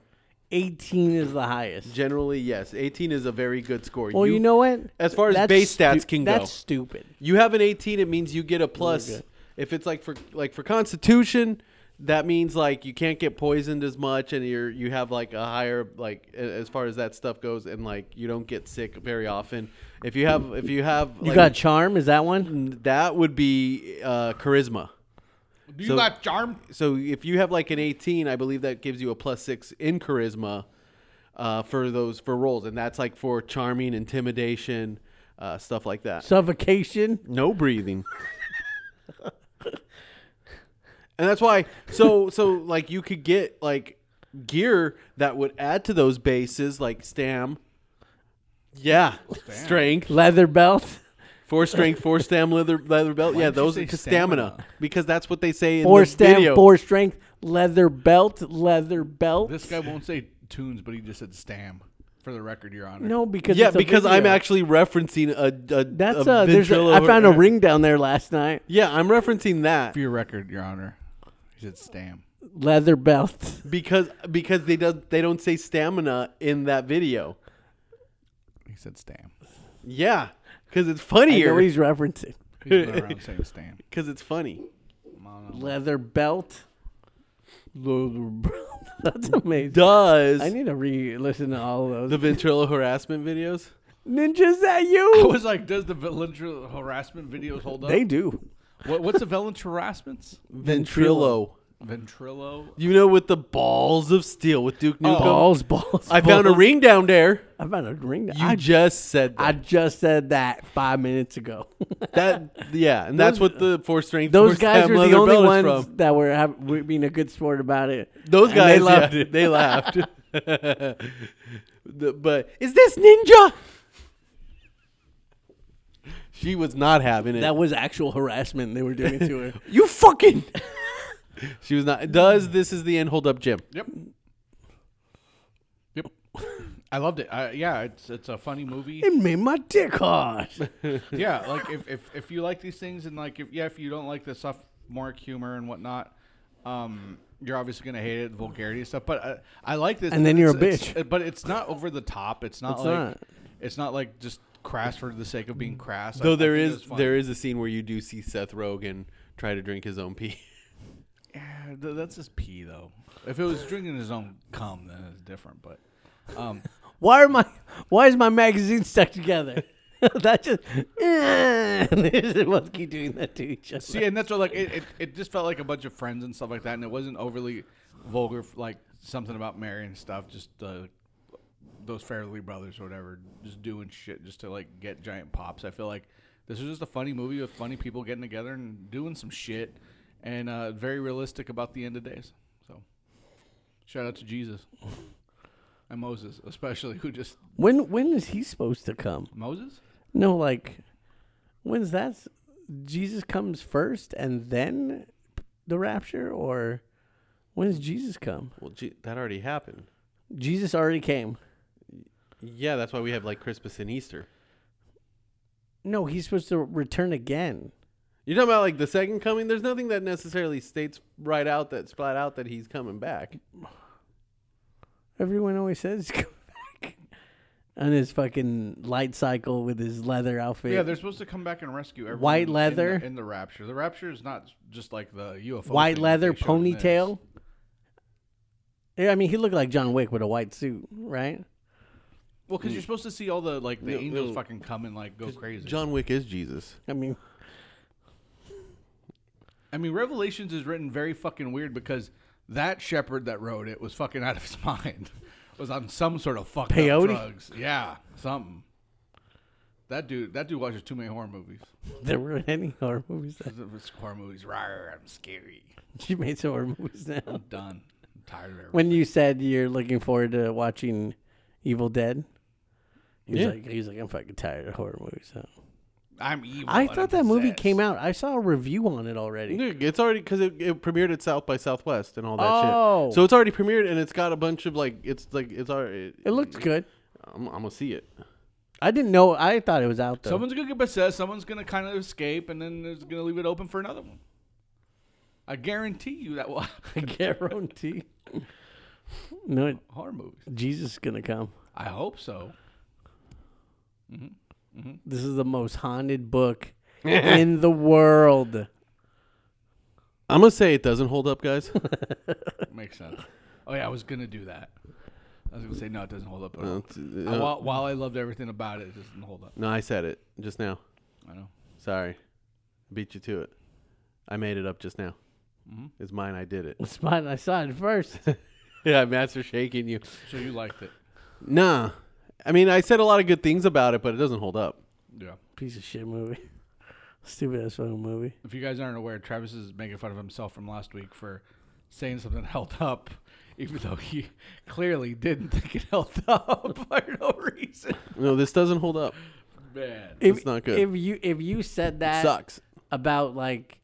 18 is the highest.
Generally, yes. 18 is a very good score.
Well, you, know what?
as far as
That's
base stats can go.
That's stupid.
you have an 18, it means you get a plus.
good.
If it's like for like for constitution, that means like you can't get poisoned as much and you're you have like a higher like a- as far as that stuff goes and like you don't get sick very often. If you have if you have
You
like,
got charm? Is that one?
that would be uh, charisma.
Do you
So-
got charm?
So if you have like an 18, I believe that gives you a plus six in charisma uh, for those for roles, and that's like for charming, intimidation, uh, stuff like that.
Suffocation?
No breathing. [laughs] and that's why. So so like you could get like gear that would add to those bases, like stam. Yeah, strength. [laughs]
Leather belt?
Four strength, four stam, leather leather belt. yeah,
did you
those
say
are stamina.
stamina?
because that's what they say in
Four
the
stamp,
video.
four strength, leather belt, leather belt.
This guy won't say tunes, but he just said stam. For the record, Your Honor.
no, because
yeah,
it's a
because I'm
video.
actually referencing a, a
That's
a,
a, there's a,
ventrilo-
I found a ring down there last night.
Yeah, I'm referencing that
For your record, Your Honor, he said stam.
Leather belt.
because because they does they don't say stamina in that video.
He said stam.
Yeah, because it's
I know what
funnier.
he's referencing.
He's
[laughs]
been around saying stam.
Because it's funny.
Leather belt. Leather belt. [laughs] That's amazing.
Does
I need to re-listen to all of
the
those.
ventrilo harassment videos?
Ninjas at
I
you?
was like, does the volunteer harassment videos hold up?
They do.
What, what's the volunteer harassments?
Ventrilo.
Ventrilo.
You know, with the balls of steel with Duke Nukem.
Oh. Balls, balls.
Oh. I found a
balls.
ring down there.
I found a ring.
You
I,
just said that.
I just said that five minutes ago. [laughs]
that yeah, and that's what the four strength.
Those
four
guys
stab
were the
leather
only
belt is
ones
from.
that were, hav- were being a good sport about it.
Those
And
guys,
they loved
yeah, [laughs]
it.
They
[laughs]
laughed. The- but is this ninja? She was not having it.
That was actual harassment they were doing to her.
[laughs] you fucking. she was not. Does this is the end? Hold up, Jim.
Yep. Yep. I loved it. I, yeah, it's it's a funny movie.
[laughs] It made my
[laughs]
dick hard.
yeah, like if, if if you like these things and like if yeah, if you don't like the sophomoric humor and whatnot, um, you're obviously gonna hate it, the vulgarity and stuff. But I, I like this.
And then you're a
It's- it's-
bitch.
uh, but it's not over the top. It's not
It's
like
not.
it's not like just crass for the sake of being crass.
Though there is there is a scene where you do see Seth Rogen try to drink his own pee. [laughs]
that's just pee though. If it was drinking his own cum, then it's different. But um,
Why are my Why is my magazine stuck together? [laughs] that just there's a monkey doing that to each other.
See, and that's what like it, it, it just felt like a bunch of friends and stuff like that, and it wasn't overly vulgar, f- like something about Mary and stuff. Just uh, those Fairly Brothers or whatever, just doing shit just to like get giant pops. I feel like this was just a funny movie with funny people getting together and doing some shit, and uh, very realistic about the end of days. So, shout out to Jesus and Moses, especially who just
when when is he supposed to come?
Moses.
No, like when's that? s- Jesus comes first and then the rapture, or when does Jesus come?
Well, gee, that already happened.
Jesus already came.
Yeah, that's why we have like Christmas and Easter.
No, he's supposed to return again.
You're talking about like the second coming. There's nothing that necessarily states right out that flat out that he's coming back.
Everyone always says [laughs] come back on his fucking light cycle with his leather outfit.
Yeah, they're supposed to come back and rescue everyone.
White
in the-
leather.
in the, rapture. The rapture is not just like the UFO. thing
white
that
leather
they showed in this.
ponytail. Yeah, I mean he looked like John Wick with a white suit, right?
Well, because you're supposed to see all the like the
No,
angels
no.
fucking come and like go crazy.
John Wick is Jesus.
I mean, [laughs]
I mean, Revelations is written very fucking weird because that shepherd that wrote it was fucking [laughs] out of his mind. was on some sort of fucking
Peyote?
drugs. Yeah, something. That dude, that dude watches too many horror movies.
there weren't any horror movies. That, [laughs]
It's horror movies, rawr, I'm scary.
you made some horror movies now.
I'm done. I'm tired of everything.
When you said you're looking forward to watching Evil Dead, he was
Yeah.
like, he was like, I'm fucking tired of horror movies. So.
I'm evil.
I
and I'm
thought that movie
possessed.
came out. I saw a review on it already.
Dude, It's already because it, it premiered at South by Southwest and all that
Oh.
shit. So it's already premiered and it's got a bunch of like it's like it's already.
It looked good.
I'm, I'm gonna see it.
I didn't know. I thought it was out though.
Someone's gonna get possessed. Someone's gonna kind of escape, and then there's gonna leave it open for another one. I guarantee you that will happen.
I [laughs] guarantee. no, it-
horror movies.
Jesus is gonna come.
I hope so.
This is the most haunted book in the world.
I'm gonna say it doesn't hold up, [laughs] guys.
Makes sense. Oh yeah, I was gonna do that. I was gonna say no, it doesn't hold up. At all.
It's, uh,
Uh, while, while I loved everything about it, it doesn't hold up.
no, I said it just now.
I know.
Sorry, beat you to it. I made it up just now. It's mine. I did it.
It's mine. I saw it first.
[laughs] yeah, Master shaking you.
So you liked it?
Nah, I mean I said a lot of good things about it, but it doesn't hold up.
Yeah.
[laughs] Piece of shit movie. [laughs] Stupid ass fucking movie.
If you guys aren't aware, Travis is making fun of himself from last week for saying something [laughs] held up, even though he clearly didn't think it held up [laughs] for no reason.
No, this doesn't hold up.
Man.
If,
It's not good.
If you if you said that
Sucks.
about like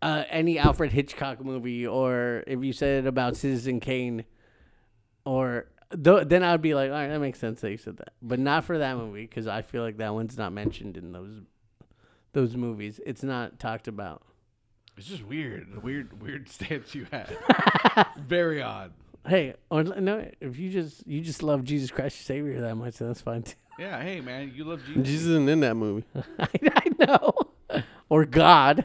uh, any Alfred Hitchcock movie, or if you said it about Citizen Kane, or th- then I'd be like, all right, that makes sense that you said that, but not for that movie because I feel like that one's not mentioned in those those movies. It's not talked about.
It's just weird. The weird, weird [laughs] stance you had. Very odd.
Hey, or no, if you just you just love Jesus Christ your Savior that much, then that's fine too. [laughs]
Yeah. Hey, man, you love Jesus.
Jesus isn't in that movie.
I, I know. Or God.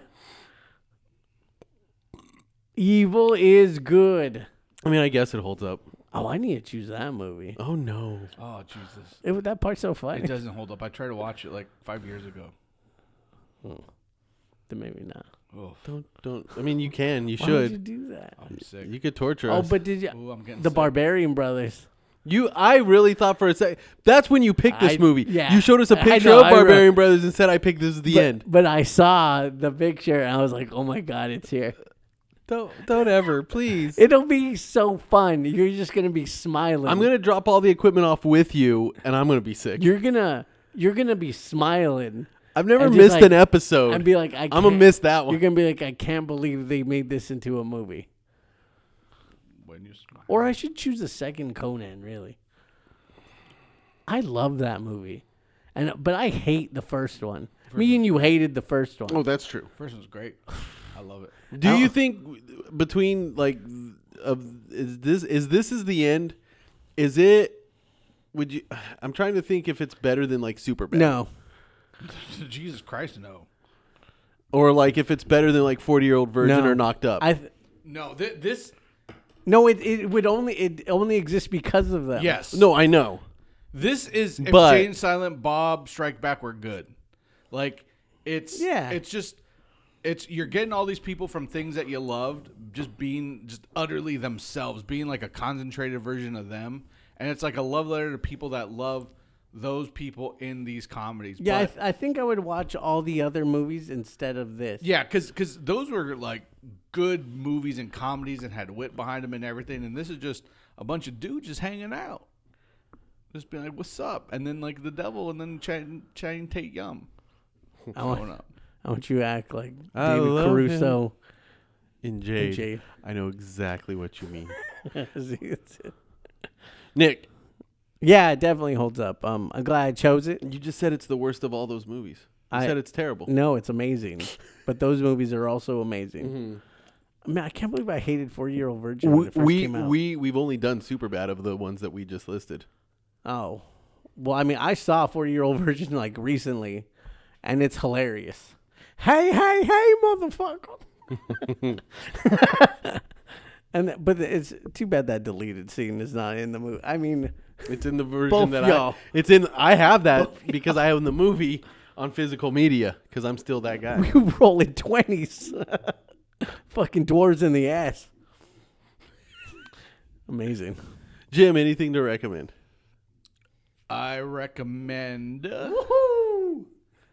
Evil is good.
I mean, I guess it holds up.
Oh, I need to choose that movie.
Oh no.
Oh, Jesus.
It, that part's so funny.
It doesn't hold up. I tried to watch it like five years ago.
Then [laughs] Maybe not.
Oh,
Don't don't. I mean, you can. You
Why
should. Oh,
would you do that?
I'm sick.
You could torture
Oh,
us.
but did you?
Ooh, I'm getting
the
sick.
Barbarian Brothers.
you, I really thought for a second. That's when you picked this
I-
movie.
yeah.
You showed us a
I
picture
know,
of
I wrote-
Barbarian Brothers and said, "I picked this at the
but,
end."
But I saw the picture and I was like, oh my god, it's here.
Don't don't ever,
[laughs]
please.
It'll be so fun. You're just gonna be smiling.
I'm gonna drop all the equipment off with you, and I'm gonna be sick.
You're gonna. You're gonna be smiling.
I've never
and
missed
just like-
an episode.
and be like, I. Can't,
I'm gonna miss that one.
You're gonna be like, I can't believe they made this into a movie.
when you smile.
Or I should choose the second Conan. Really, I love that movie, and but I hate the first one. Me and you hated the first one.
oh, that's true.
First one's great. I love it. [laughs]
Do you think w- between like of is this is this is the end? Is it? Would you? I'm trying to think if it's better than like Superbad.
No,
Jesus Christ, no.
Or like if it's better than like 40 year old virgin
no.
or knocked up.
I th-
No, thi- this.
no, it, it would only it only exists because of them.
Yes.
no, I know.
This is if
But-
Jane Silent Bob Strike Back were good. Like it's
Yeah.
it's just it's you're getting all these people from things that you loved just being just utterly themselves, being like a concentrated version of them. And it's like a love letter to people that love those people in these comedies.
Yeah, I,
But-
th- I think I would watch all the other movies instead of this.
Yeah, because those were like good movies and comedies and had wit behind them and everything. And this is just a bunch of dudes just hanging out, just being like, "What's up?" And then like the devil, and then Chain Chain Tate
[laughs]
Yum
I
showing
want,
up.
I want you to act like
I
David
love
Caruso.
In Jade.
Jade.
I know exactly what you
[laughs]
mean.
yeah,
Nick,
it definitely holds up. Um, I'm glad I chose it.
you just said it's the worst of all those movies. You
I-
said it's terrible.
No, it's amazing. but those movies are also amazing. I mean, I can't believe I hated Four Year Old Virgin when
we
it first
we,
came out.
we we've only done super bad of the ones that we just listed.
oh, well, I mean, I saw Four Year Old [laughs] Virgin like recently, and it's hilarious. Hey, hey, hey, motherfucker! and but it's too bad that deleted scene is not in the movie. I mean, [laughs]
It's in the version
Both
that
y'all.
I it's in I have that because I own the movie on physical media because I'm still that
[laughs]
guy.
you rolling twenties, [laughs] fucking dwarves in the ass. [laughs] Amazing.
Jim, anything to recommend?
I recommend.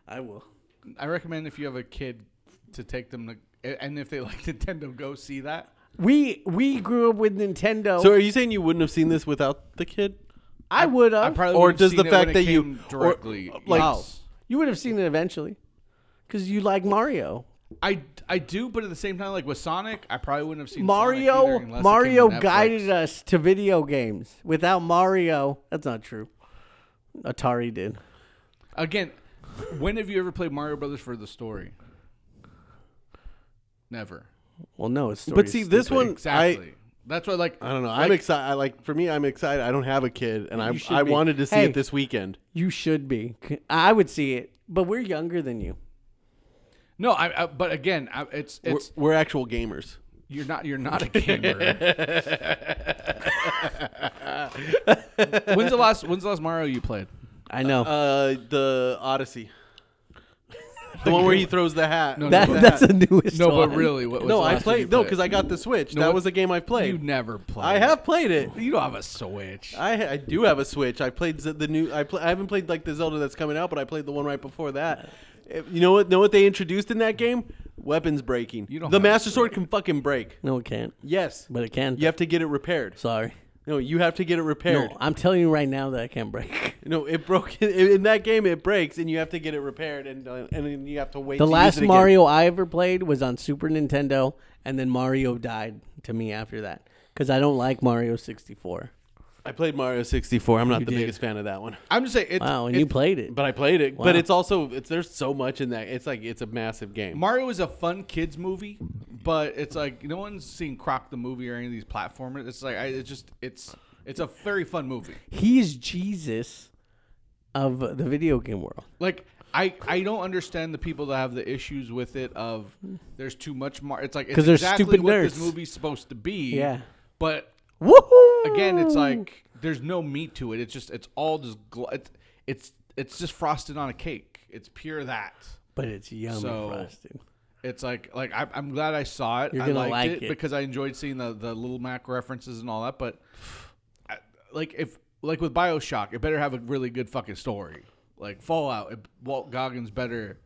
I will.
I recommend if you have a kid to take them to, and if they like [laughs] Nintendo, go see that.
We we grew up with Nintendo.
So are you saying you wouldn't have seen this without the kid?
I would
I
have.
probably
Or
would've
does
seen
the
it
fact
when it
that you-
came
or-
directly Oh.
like-
yes.
You would have seen it eventually, because you like Mario.
I I do, but at the same time, like with Sonic, I probably wouldn't have seen Sonic either
Mario
unless it came to
Mario
Netflix.
guided us to video games. Without Mario, that's not true. Atari did.
Again, when have you ever played Mario Brothers for the story? Never.
Well, no, it's
But see, this one
Exactly. That's why, like,
I, I don't know. I'm
Like,
excited. I like for me, I'm excited. I don't have a kid, and I
should
I
be.
wanted to see
Hey.
it this weekend.
you should be. I would see it, but we're younger than you.
no, I, I. But again, I, it's
We're,
it's
we're actual gamers.
you're not you're not
[laughs]
a gamer. when's the last When's the last Mario you played?
I know.
Uh, the
[laughs]
Odyssey, the one where he throws the hat.
No,
that,
no, but-
that's the newest.
No, but
one.
really, what was
No,
the
I
last
played.
one
No,
you
because I got the Switch.
No,
that
what-
was a game I played.
you never played.
I have played it.
You don't have a Switch.
I, I do have a Switch. I played the, the new. I play, I haven't played like the Zelda that's coming out, but I played the one right before that. Eh, You know what? Know what they introduced in that game? Weapons breaking.
You don't
the
have a
Master Sword can fucking break.
No, it can't.
Yes,
But it can.
you have to get it repaired.
Sorry.
No, you have to get it repaired.
No, I'm telling you right now that I can't break.
No, it broke [laughs] in that game. It breaks, and you have to get it repaired, and uh, and then you have to wait.
The
to
last
use it
Mario I ever played was on Super Nintendo, and then Mario died to me after that because I don't like Mario 64.
Again. I played Mario sixty four. I'm not the
did.
biggest fan of that one, [laughs]
I'm just saying, it's,
Wow, and
it's-
you played it.
but I played it.
Wow.
But it's also it's there's so much in that. It's like it's a massive game.
Mario is a fun kids movie, but it's like no one's seen Croc the movie or any of these platformers. It's like I, it's just it's it's a very fun movie.
He's Jesus of the video game world.
Like I I don't understand the people that have the issues with it. Of there's too much Mario. It's like it's
'Cause they're
exactly
stupid
what
nerds.
this movie's supposed to be.
Yeah. Oh.
but
Woohoo!
again, it's like there's no meat to it. It's just it's all just gl- it's it's it's just frosted on a cake. It's pure that.
but it's yummy
So-
frosting.
It's like like I, I'm glad I saw it.
You're
I
gonna
liked
like
it,
it.
because I enjoyed seeing the the little Mac references and all that. But I, like if like with Bioshock, it better have a really good fucking story. Like Fallout, it, Walt Goggins better.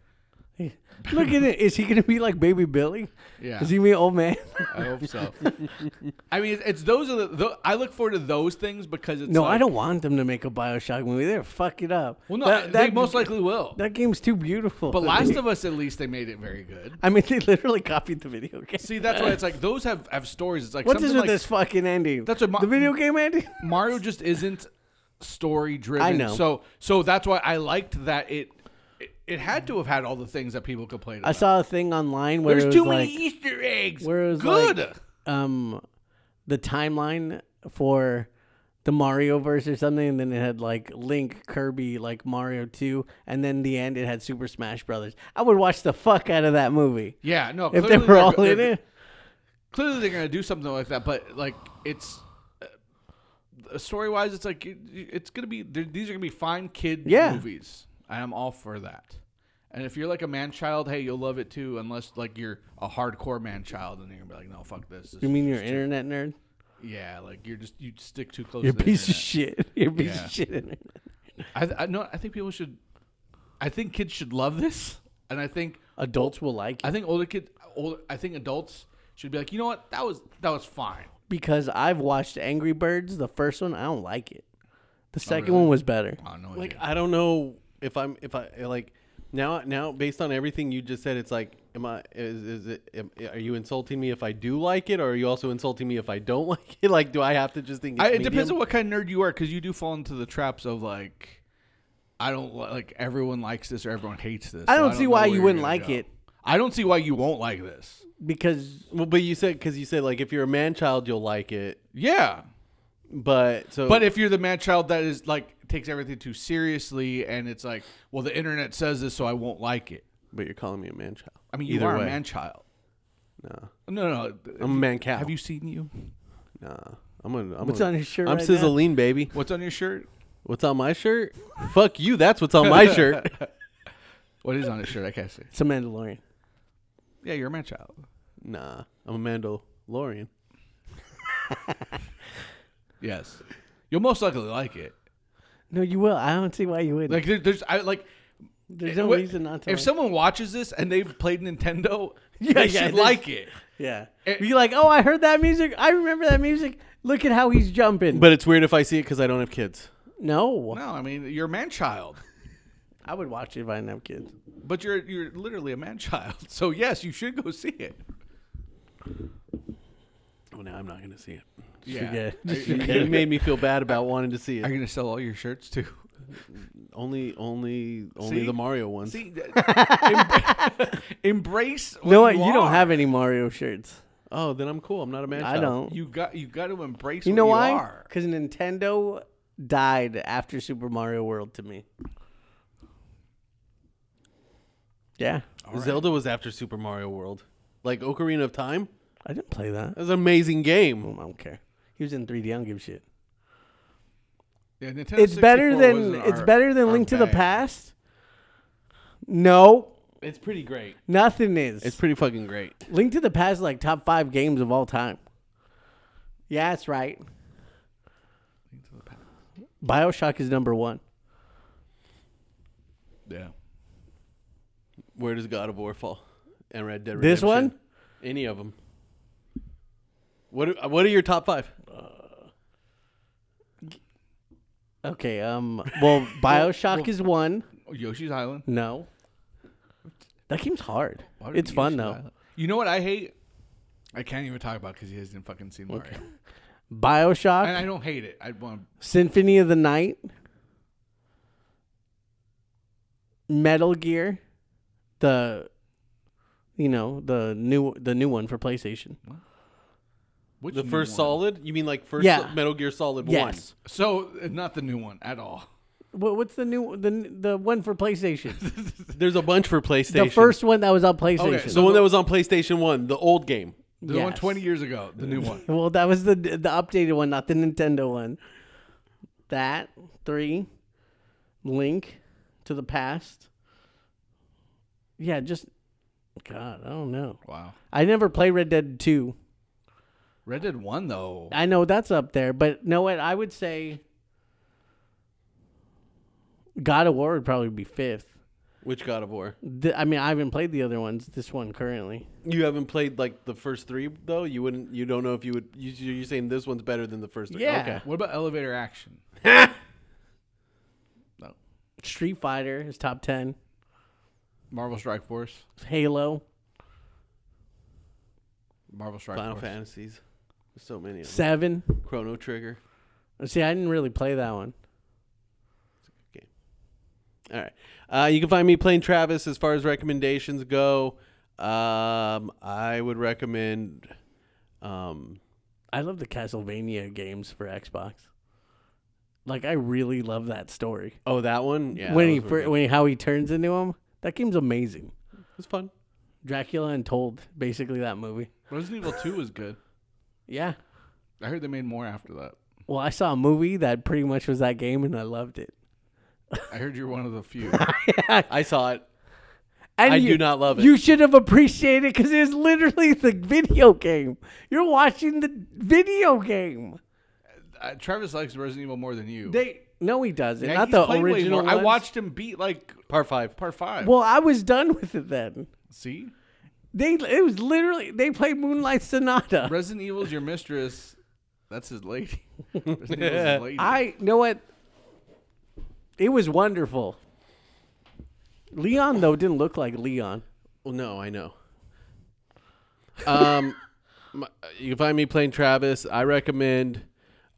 Look at it. Is he gonna be like Baby Billy?
Yeah.
Is he gonna be
[laughs]
old man?
I hope
[laughs]
so. I mean, it's, it's those are the, tho- I look forward to those things because it's
no,
like-
I don't want them to make a Bioshock movie. They're fuck it up.
Well, no,
that,
they
that-
most likely will.
that game's too beautiful.
but Last of Us, at least they made it very good.
I mean, they literally copied the video game.
See, that's why it's like those have have stories. It's like
What is
something
with
like
this fucking ending?
That's what my-
the video game ending.
Mario just isn't story driven.
I know.
So so that's why I liked that it it, it had to have had all the things that people complained
I
about.
saw a thing online where
There's
it was
too
like,
many Easter eggs.
where it was
Good.
like, um, the timeline for the Mario verse or something, and then it had like Link, Kirby, like Mario Two, and then the end it had Super Smash Brothers. I would watch the fuck out of that movie
yeah, no.
if
clearly
they were
they're-
all
they're-
in it.
Clearly they're gonna do something like that, but like it's uh, story wise, it's like it- it's gonna be they're- these are gonna be fine kid
Yeah.
movies. I am all for that. And if you're like a man child, hey, you'll love it too. Unless like you're a hardcore man child, and you're gonna be like, no, fuck this. This
You
is
mean you're
just
an
too-"
internet nerd?
Yeah, like you're just you stick too close.
You're a
to the
piece of
internet.
shit. You're a piece
Yeah.
of shit internet.
I, th- I no, I think people should. I think kids should love this, and I think
Adults will like
I
it
think older kids, older, I think adults should be like, you know what, that was that was fine.
because I've watched Angry Birds. The first one, I don't like it. The second
really?
one was better.
I don't know.
like
idea.
I don't know if I'm if I like now now based on everything you just said, it's like am I is, is it am, are you insulting me if I do like it, or are you also insulting me if I don't [laughs] like it? Like, do I have to just think? It's
I, it depends
medium?
on what kind of nerd you are, because you do fall into the traps of like, I don't li- like everyone likes this or everyone hates this.
I
so
don't see
know
why
where
you
you're
wouldn't
gonna
like
go.
it.
I don't see why you won't like this.
Because
Well, but you said because you said like if you're a man child, you'll like it,
Yeah,
but so
but if you're the man child that is like takes everything too seriously, and it's like, well, the internet says this, so I won't like it.
but you're calling me a man child.
I mean, you
Either
are
way.
a man child.
No,
No, no.
I'm a man cow.
Have you seen you?
Nah, I'm gonna. I'm
What's
gonna-
on your shirt
I'm
right now?
sizzling, baby.
What's on your shirt?
What's on my shirt? Fuck you. That's what's on my shirt.
What is on his shirt? I can't see.
it's a Mandalorian.
Yeah, you're a man child.
Nah, I'm a Mandalorian.
Yes, you'll most likely like it.
No, you will. I don't see why you wouldn't.
Like there, there's, I like.
There's no
wh-
reason not to.
If
like-
someone watches this and they've played Nintendo,
Yeah,
they
yeah,
should
there's-
like it.
yeah,
it-
you're like, oh, I heard that music. I remember that music. Look at how he's jumping.
But it's weird if I see it because I don't have kids.
no,
No, I mean you're a man child,
I would watch it if I didn't have kids.
but you're you're literally a man child. So yes, you should go see it.
Well, now Oh, I'm not gonna see it.
Yeah. [laughs]
[laughs] you made me feel bad about wanting to see
Are
it.
you gonna sell all your shirts too?
Only, only, only
See?
the Mario ones.
See, em- [laughs] embrace. What
No,
you,
you, don't
are.
have any Mario shirts.
Oh, then I'm cool. I'm not a man.
I
child.
don't.
You got you got to embrace.
You know
what You
why?
are.
Because Nintendo died after Super Mario World to me. Yeah,
Zelda was after Super Mario World. Like Ocarina of Time,
I didn't play that.
that's an amazing game.
I don't care. He was in 3D. I don't give a shit.
Yeah, Nintendo
It's better
64
than
wasn't
it's
our-
better than
our
Link to the
bag.
Past. No,
It's pretty great.
nothing is.
It's pretty fucking great.
Link to the Past is like top five games of all time. Yeah, that's right. Bioshock is number one.
Yeah.
Where does God of War fall? And Red Dead Redemption.
This one?
Any of them? What are, What are your top five?
Okay. Um.
[laughs]
Well, Bioshock is one.
Oh, Yoshi's Island.
No. That game's hard.
Why would it
It's
be
fun
Yoshi's
though.
Island? You know what I hate? I can't even talk about because he hasn't fucking seen Mario.
Bioshock,
And I don't hate it. I want.
Symphony of the Night, Metal Gear, the, you know, the new the new one for PlayStation.
Which
The
new
first
one?
Solid? You mean like first
Yeah.
Sol- Metal Gear Solid One?
Yes.
So uh, not the new one at all.
What, what's the new the the one for PlayStation?
There's a bunch for PlayStation.
the first one that was on PlayStation.
so
the one that was on PlayStation One, the old game.
The one
Yes.
20 years ago. The new
[laughs]
one.
Well, that was the the updated one, not the Nintendo one. That three, Link to the Past. Yeah, just God, I don't know.
Wow.
I never played Red Dead Two.
Red Dead One though.
I know that's up there, but know what? I would say God of War would probably be fifth.
Which God of War?
Th- I mean, I haven't played the other ones. This one currently.
You haven't played like the first three though. You wouldn't. You don't know if you would. You, you're saying this one's better than the first three.
Yeah.
Okay.
What about Elevator Action? no.
Street Fighter is top ten.
Marvel Strike Force.
Halo
Marvel Strike
Final
Force.
Fantasies. There's so many. Of them.
seven.
Chrono Trigger.
See, I didn't really play that one.
All right. Uh, you can find me playing Travis as far as recommendations go. Um, I would recommend. Um,
I love the Castlevania games for Xbox. Like I really love that story.
oh, that one. Yeah.
when
that
he
was
fir-
really
when he, how he turns into him, that game's amazing.
good. it was fun.
Dracula Untold, basically that movie.
Resident Evil Two was good.
Yeah,
I heard they made more after that.
Well, I saw a movie that pretty much was that game, and I loved it.
I heard you're one of the
[laughs]
few.
I saw it.
And
I
you-
do not love it.
You should have appreciated it because it's literally the video game. You're watching the video game.
uh, Travis likes Resident Evil more than you.
They no, he doesn't.
Yeah,
Not
he's
the
played way
original.
more. I
ones.
watched him beat like
Part five.
part five.
Well, I was done with it then.
See,
They it was literally they played Moonlight Sonata.
Resident Evil's your mistress. That's his
[laughs]
lady. Resident Evil's his lady.
I know what. It was wonderful. Leon though didn't look like Leon.
Well, no, I know. Um, [laughs] my, you can find me playing Travis. I recommend,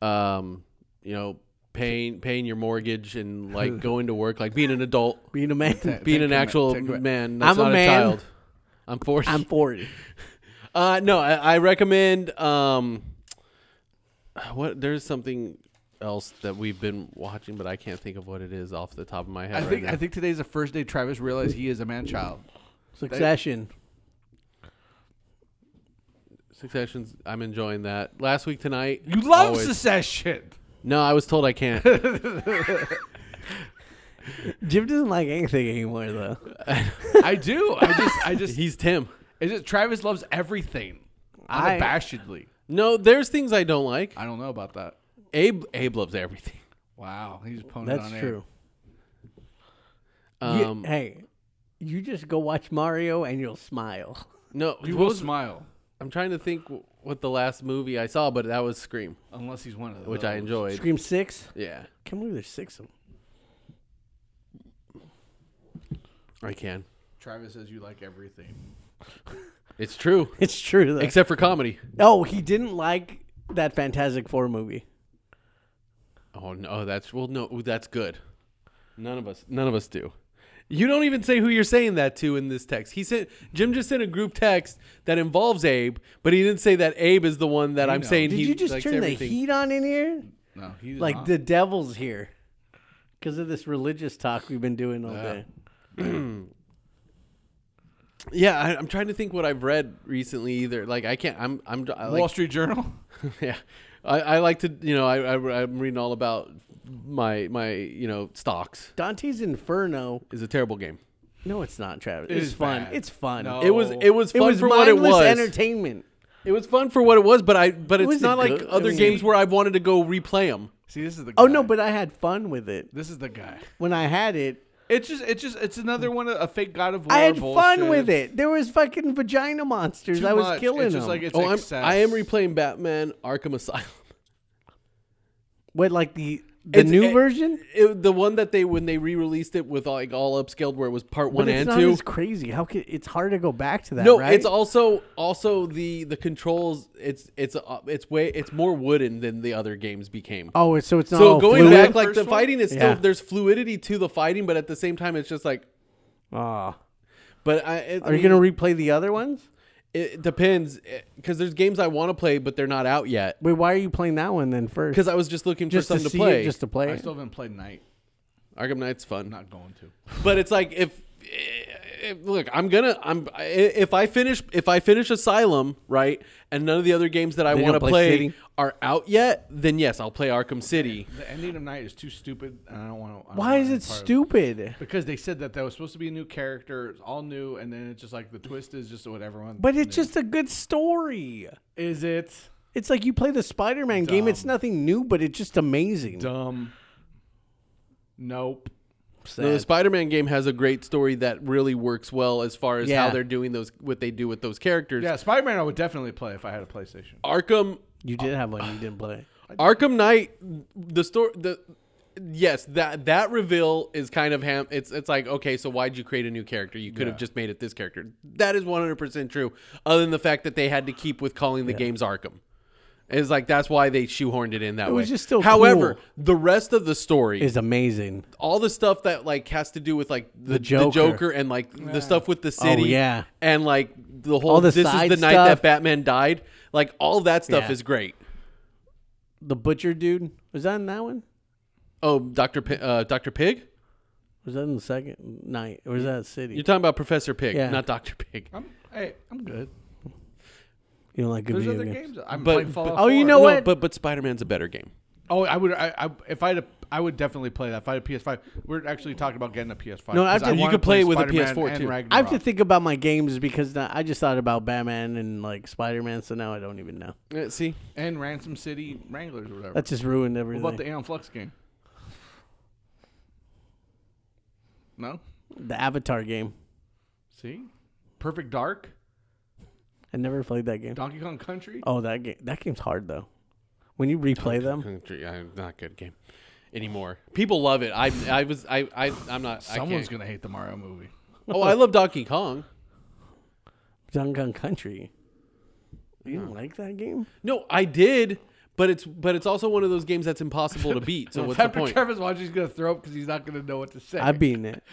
um, you know, paying paying your mortgage and
[laughs]
like going to work, like being an adult,
Being a man,
being an
back,
actual
take it back.
man. That's
I'm a
not
man.
child. I'm 40
I'm forty.
[laughs] uh, no, I, I recommend. Um, what there's something else that we've been watching, but I can't think of what it is off the top of my head.
I
right
think
now.
I think today's the first day Travis realized he is a man child.
Succession.
Successions. I'm enjoying that. Last week tonight,
You love
always-
secession.
No, I was told I
[laughs]
can't.
Jim doesn't like anything anymore though.
I do. I just
[laughs]
I just
He's Tim.
Is it Travis loves everything
I-
unabashedly?
No, there's things I don't like.
I, don't know about that.
Abe Abe loves everything.
Wow, he's pwned
That's
on air.
true. You-
Um,
hey, you just go watch Mario and you'll smile.
no,
You
what
will
was-
smile
I'm trying to think w- what the last movie I saw, but that was Scream,
unless he's one of those.
which I enjoyed.
Scream six.
Yeah,
can't believe there's six of them.
I can.
Travis says you like everything.
It's true,
It's true though.
except for comedy.
oh, he didn't like that Fantastic Four movie.
Oh no, that's well, no, ooh, that's good. None of us, none of us do. You don't even say who you're saying that to in this text. He sent Jim just sent a group text that involves Abe, but he didn't say that Abe is the one that I'm
know.
saying
Did
he
you just
likes
turn
everything.
the heat on in here?
No, he's
Like
not.
the devil's here because of this religious talk we've been doing all day.
Yeah, I, I'm trying to think what I've read recently. Either like I can't. I'm I'm I like
Wall Street Journal.
[laughs] yeah. I, I like to, you know, I, I I'm reading all about my my you know stocks.
Dante's Inferno.
is a terrible game.
No, it's not, Travis.
It
it's
is
fun.
bad.
It's fun.
No.
It was it was
It
fun
was
for
mindless
what it was.
entertainment.
It was fun for what it was, but I but it's
wasn't
not like
good.
other
It was-
games where I've wanted to go replay them.
See, this is the. Guy.
Oh no, but I had fun with it
this is the guy.
when I had it.
It's just it's just it's another one of a fake God of War.
I had
bullshit.
fun with it. There was fucking vagina monsters.
Too
I was
much.
killing
it's just
them.
Like it's
oh, I'm,
excess.
I am replaying Batman Arkham Asylum. [laughs]
What, like the the
It's-
new
it-
version?
It, the one that they when they re-released it with like all upscaled where it was part one
but it's
and
not
two.
as crazy. How could it's hard to go back to that?
No,
right?
it's also also the the controls. It's it's uh, it's way it's more wooden than the other games became.
oh, so it's not
so
all
going
fluid?
back, like the
First one?
fighting is still
Yeah.
there's fluidity to the fighting, but at the same time, it's just like.
Ah.
But I, it,
Are you gonna replay the other ones?
It depends, because there's games I want to play, but they're not out yet.
Wait, why are you playing that one then first?
Because I was just looking
just
for
to,
something to,
see
play.
it, just to play
I
it.
still haven't played Night.
Arkham Knight's fun.
Not going to.
but it's like if, if look i'm gonna i'm if i finish if i finish asylum right and none of the other games that i
They
want to
don't play
play
City?
are out yet then yes i'll play arkham city
The ending of Night is too stupid, and I don't want to.
Why is it stupid?
Because they said that that was supposed to be a new character, it's all new, and then it's just like the twist is just what everyone.
But it's
knew.
just a good story.
is it
It's like you play the Spider-Man game. It's
Dumb.
nothing new, but it's just amazing.
dumb? Nope.
Sad.
No, the spider-man game has a great story that really works well as far as
Yeah.
how they're doing those what they do with those characters
Yeah, Spider Man I would definitely play if I had a PlayStation.
arkham
you did have one you didn't play.
arkham knight the story the Yes, that that reveal is kind of ham. It's it's like okay, so why'd you create a new character? You could have just made it this character. That is one hundred percent true. Other than the fact that they had to keep with calling the games Arkham, it's like that's why they shoehorned it in that way.
was just still
However,
cool.
the rest of the story,
It's amazing.
all the stuff that like has to do with like the, the,
Joker. Oh,
Joker. and like the stuff with the city,
yeah.
and like the whole
All the
this is the
side
night
stuff.
that Batman died. Like all that stuff
Yeah.
is great.
The butcher dude was that in that one?
Oh, Doctor P- uh, Doctor Pig.
Was that in the second night? Or was that city?
You're talking about Professor Pig,
Yeah.
not Doctor Pig.
I'm hey, I'm good.
you don't like good
There's
video
other
games.
games. I'm
But-
playing Fallout
but- oh, you
4.
know
No,
what?
But but Spider Man's a better game.
Oh, I would. I, I if I had a, I would definitely play that. If I had a PS5, we're actually talking about getting a PS5.
No, I have
'cause
to- you
wanna
could play it with a
Spider-Man
PS4
and
too.
Ragnarok.
I have to think about my games because now- I just thought about Batman and like Spider Man, so now I don't even know.
Uh, see,
and Ransom City Wranglers or whatever.
That just ruined
what
everything.
about the Aeon Flux game? No.
the Avatar game.
See, Perfect Dark,
I never played that game.
Donkey Kong Country.
Oh, that game. That game's hard though. When you replay them,
Country, uh, not good game anymore. People love it. I, I was, I, I, I'm not.
Someone's
I can't.
gonna hate the Mario movie.
Oh, I love Donkey Kong.
Donkey Kong Country. You
Hmm.
don't like that game?
No, I did, but it's, but it's also one of those games that's impossible to beat.
[laughs]
So what's the
After
point?
Trevor's watching, he's gonna throw up because he's not gonna know what to say.
I've beaten
[laughs]
it.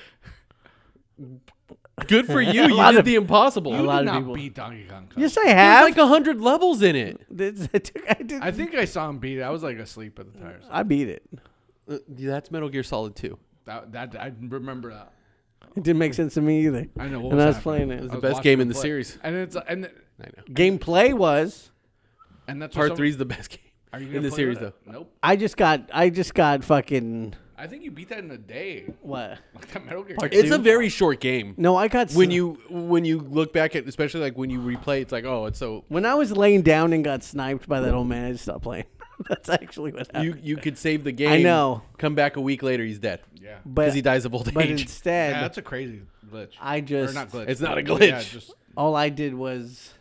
Good for you. You
lot
did
of-
the impossible.
you
lot
did [laughs]
of
not
people-
beat Donkey Kong Country.
Yes, I
There's
have. [laughs]
like a hundred levels in it.
This- I took- I did-
I think I saw him beat it. I was like asleep at the time. or something.
I beat it.
Uh, that's Metal Gear Solid 2.
That, that I remember that.
It didn't make sense to me either.
I know. What
And I was
happening.
playing it. It was
the
I
best
watching
game
him
in the
play.
series.
And it's and
I know.
Gameplay was
and that's what
Part
some-
three is the best [laughs] game
Are you gonna
in the
play
series,
with it?
though.
Nope.
I just got I just got fucking
I think you beat that in a day. [laughs]
what?
Like that Metal Gear.
It's a very short game.
No, I got
When
sn-
you when you look back at, especially like when you replay, it's like, oh, it's so
when I was laying down and got sniped by that old man. I just stopped playing. [laughs] That's actually what happened.
you you could save the game.
I know.
Come back a week later, he's dead.
yeah.
but
because he dies of old
but
age.
instead,
yeah, that's a crazy glitch.
I
or
just
not glitch.
It's not a
but
glitch.
Yeah, just
all I did was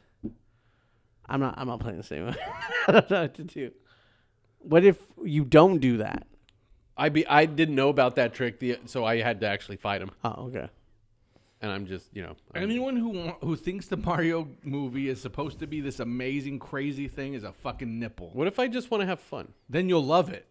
I'm not I'm not playing the same. [laughs] one. I don't know what to do. What if you don't do that?
I be I didn't know about that trick, the, so I had to actually fight him.
Oh, okay.
And I'm just you know, I'm-
anyone who wa- who thinks the Mario movie is supposed to be this amazing crazy thing is a fucking nipple.
what if I just want to have fun?
Then you'll love it.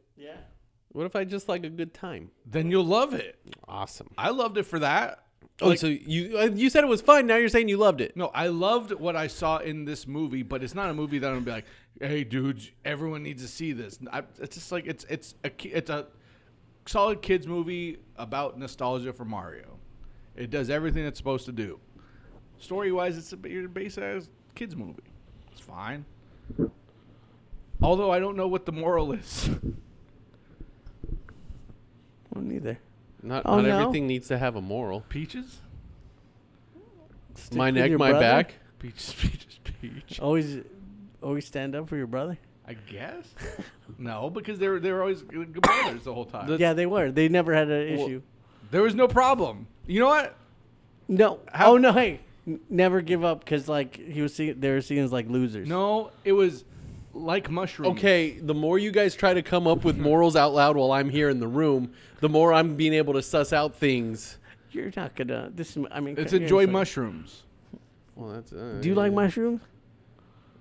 What if I just like a good time?
Then you'll love it.
Awesome.
I loved it for that.
Oh, so you uh, you said it was fun. Now you're saying you loved it.
No, I loved what I saw in this movie, but it's not a movie that I'm gonna be like, "Hey, dudes, everyone needs to see this." I, it's just like it's it's a ki- it's a solid kids movie about nostalgia for Mario. It does everything it's supposed to do. Story wise, it's a ba- your base ass kids movie. It's fine. Although I don't know what the moral is. [laughs]
Well, neither.
Not
Oh,
not
no.
everything needs to have a moral.
Peaches,
Stick
My
with
neck,
your
my
brother.
back.
peaches, peaches, peach.
Always, always stand up for your brother.
I guess [laughs] no, because they were they were always good brothers the whole time.
Yeah, they were. They never had an issue.
There was no problem. You know what?
No.
How-
oh no. Hey, n- never give up because like he was seeing they were seen as like losers.
No, it was like mushrooms.
Okay, the more you guys try to come up with morals out loud while I'm here in the room, the more I'm being able to suss out things.
you're not gonna. This is. I mean,
It's
you're
enjoy
fine.
mushrooms.
Well, that's uh,
Do you like mushrooms?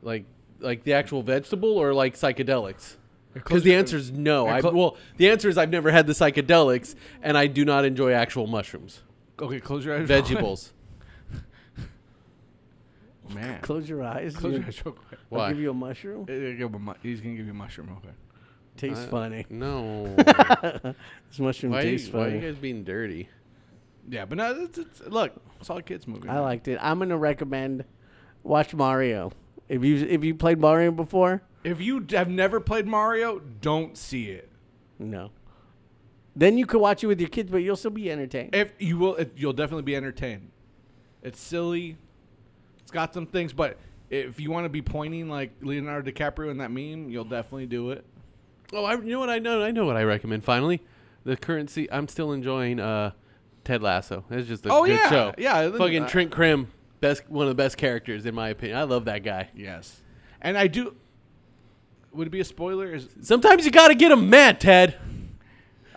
like like the actual vegetable or like psychedelics? Because
closer
the
to-
answer is no.
they're
I
clo-
well, the answer is I've never had the psychedelics, and I do not enjoy actual
[laughs]
mushrooms,
Okay, close your eyes. real
vegetables.
quick. [laughs]
[laughs]
Man. Close,
Close your eyes.
your
dude.
eyes real quick.
I'll give
Why?
you a [laughs] mushroom.
Uh, give him a- He's gonna give you a mushroom real quick.
tastes funny.
[laughs] No.
This mushroom
why, are
tastes
you, why are
funny.
you guys being dirty?
Yeah, but no, it's, it's, look, solid kids movie.
I liked it. I'm gonna recommend watch Mario. If you if you played Mario before,
If you d- have never played Mario, don't see it.
no. Then you could watch it with your kids, but you'll still be entertained.
If you will, it, you'll definitely be entertained. It's silly. It's got some things, but if you want to be pointing like Leonardo DiCaprio in that meme, you'll definitely do it.
Oh, I, you know what I know. I know what I recommend. Finally, the currency. I'm still enjoying uh, Ted Lasso. It's just a
Oh,
good
yeah.
show.
Yeah, then-
fucking
uh,
Trent Krim, best one of the best characters in my opinion. I love that guy.
Yes, and I do. Would it be a spoiler? Is
Sometimes you gotta get him mad, Ted.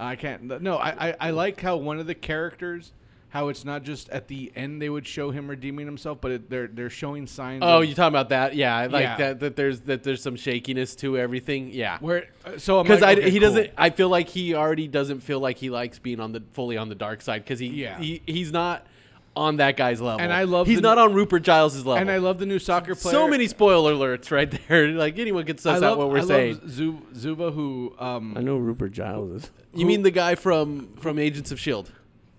I can't. th- No, I, I, I like how one of the characters, how it's not just at the end they would show him redeeming himself, but it, they're they're showing signs.
Oh,
of
you talking about that? Yeah, I like
Yeah.
that. That there's that there's some shakiness to everything. Yeah,
where? uh, So
because
because like,
I
okay,
he
cool.
doesn't. I feel like he already doesn't feel like he likes being on the fully on the dark side because he,
Yeah.
he he's not on that guy's level.
And I love
he's
the-
not on Rupert Giles's level.
And I love the new soccer player.
so many spoiler alerts right there. [laughs] Like anyone can
I
suss
love
out what we're
I
saying.
Love Zu- Zuba, who
I
um,
know Rupert Giles is.
You mean the guy from from Agents of Shield?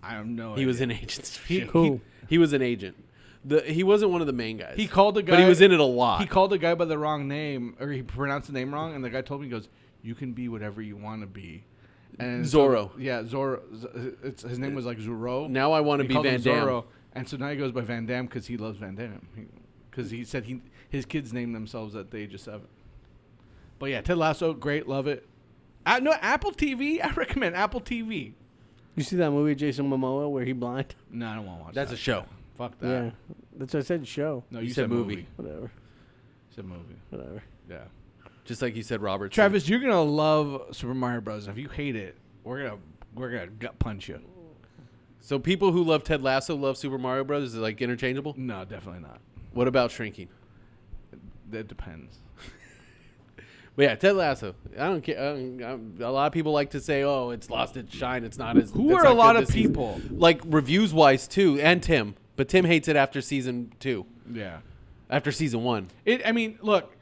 I don't know.
E He was in Agents of Shield.
Who?
E He, he was an agent. The he wasn't one of the main guys.
He called a guy.
but he was in it a lot.
He called a guy by the wrong name, or he pronounced the name wrong, and the guy told me, he goes, you can be whatever you want to be. And
Zorro.
So, yeah, Zorro. Z- It's, his name was like Zorro.
Now I wanna
They
be
called him
Van Damme.
Zorro, and so now he goes by Van Damme because he loves Van Damme. Because he, said he his kids named themselves at the age of seven. But yeah, Ted Lasso, great, love it. I, no, Apple TV. I recommend Apple TV.
You see that movie Jason Momoa where he blind?
No, I don't want to watch.
That's
that.
a show.
Fuck that.
yeah, that's what I said. Show
No,
Uh. You
you,
said
said,
movie.
movie.
whatever,
You said movie.
whatever.
Yeah.
Just like you said, Robert.
Travis, you're gonna love Super Mario Bros. If you hate it, we're gonna we're gonna gut punch you.
So people who love Ted Lasso love Super Mario Brothers. Is it like interchangeable?
No, definitely not.
What about Shrinking?
That depends.
But yeah, Ted Lasso. I don't care. I don't- I'm- a lot of people like to say, "Oh, it's lost its shine. It's not as."
Who
it's
are a
not
lot
good
of
this season."
people?
Like reviews wise too, and Tim. But Tim hates it after season two,
Yeah.
after season one.
It. I mean, look,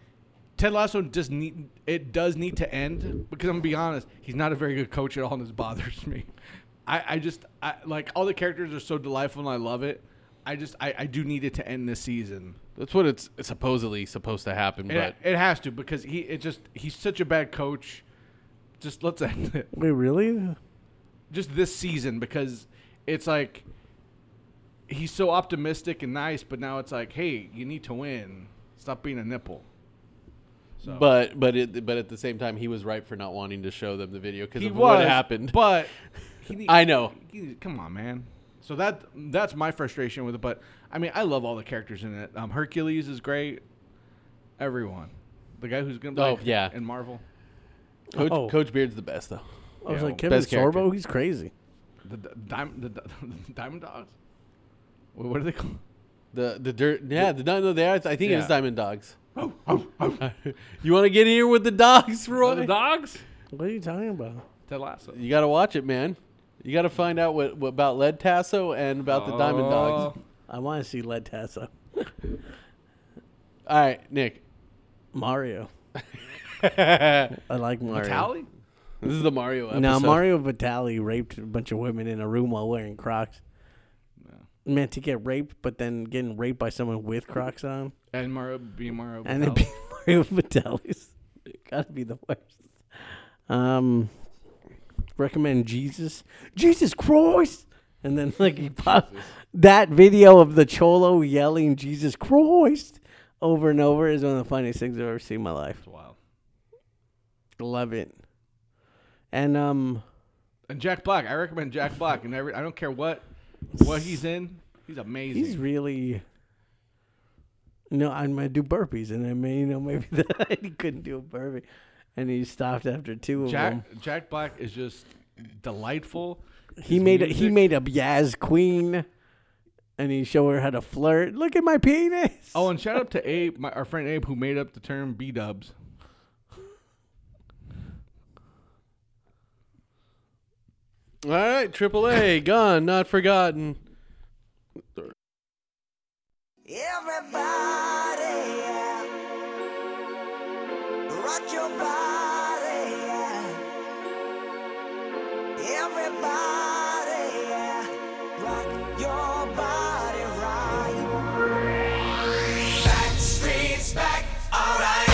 Ted Lasso does need it does need to end because I'm gonna be honest, he's not a very good coach at all, and this bothers me. I, I just I like all the characters are so delightful and I love it. I just I, I do need it to end this season.
That's what it's it's supposedly supposed to happen.
It,
But
it has to because he it just he's such a bad coach. Just let's end it.
Wait, really?
just this season because it's like he's so optimistic and nice, but now it's like, hey, you need to win. Stop being a nipple. So
but but it, but at the same time, he was right for not wanting to show them the video because
he
of
was
what happened.
but he need-
I know.
he need- come on, man. So that that's my frustration with it. But I mean, I love all the characters in it. Um, Hercules is great. Everyone, the guy who's gonna play
Oh, yeah.
in Marvel,
[laughs] Coach,
Oh.
Coach Beard's the best though.
I was
Yeah,
like Kevin
best character.
Sorbo. He's crazy.
the, d [laughs] diamond the, di- Diamond Dogs. Wha- What are they [laughs] called?
The the dirt. Yeah, the, no, no, they are. I think it's
Yeah.
Diamond Dogs. [laughs] you want to get in here with the Uh, dogs, Roy?
The dogs.
What are you talking about?
Ted Lasso.
You got to watch it, man. You got to find out what, what about Lead Tasso and about the
Oh.
Diamond Dogs.
I want to see Led Tassa.
All right, Nick. [laughs]
Mario. I like Mario.
Tally?
This is the Mario episode.
Now Mario Vitali raped a bunch of women in a room while wearing Crocs. Meant to get raped, but then getting raped by someone with Crocs on,
And Mario being Mario.
and
Batali.
it being [laughs] Mario Vitali's. Gotta be the worst. Um, recommend Jesus, Jesus Christ, and then [laughs] like he pops that video of the cholo yelling Jesus Christ over and over is one of the funniest things I've ever seen in my life.
It's wild.
Love it. And um,
And Jack Black. I recommend Jack Black. And every, I don't care what what he's in. He's amazing.
He's really. No, I'm gonna do burpees, and I mean, you know, [laughs] maybe that he couldn't do a burpee, and he stopped after two of
Jack
them.
Jack Black is just delightful.
He
His
made a, he
music-
made a Yaz queen, and he showed her how to flirt. Look at my penis.
Oh, and shout out to Abe, my, our friend Abe, who made up the term B Dubs.
All right, AAA, gone, not forgotten.
Everybody, yeah. Rock your body, yeah. Everybody, yeah. Rock your body, right. Back streets back, alright.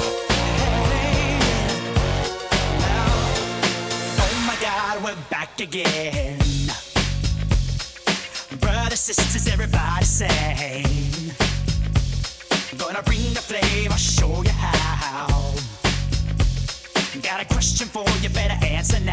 Hey, now. Oh my God, we're back again. Brothers, sisters, everybody sing. Gonna bring the flame, I'll show you how. Got a question for you, better answer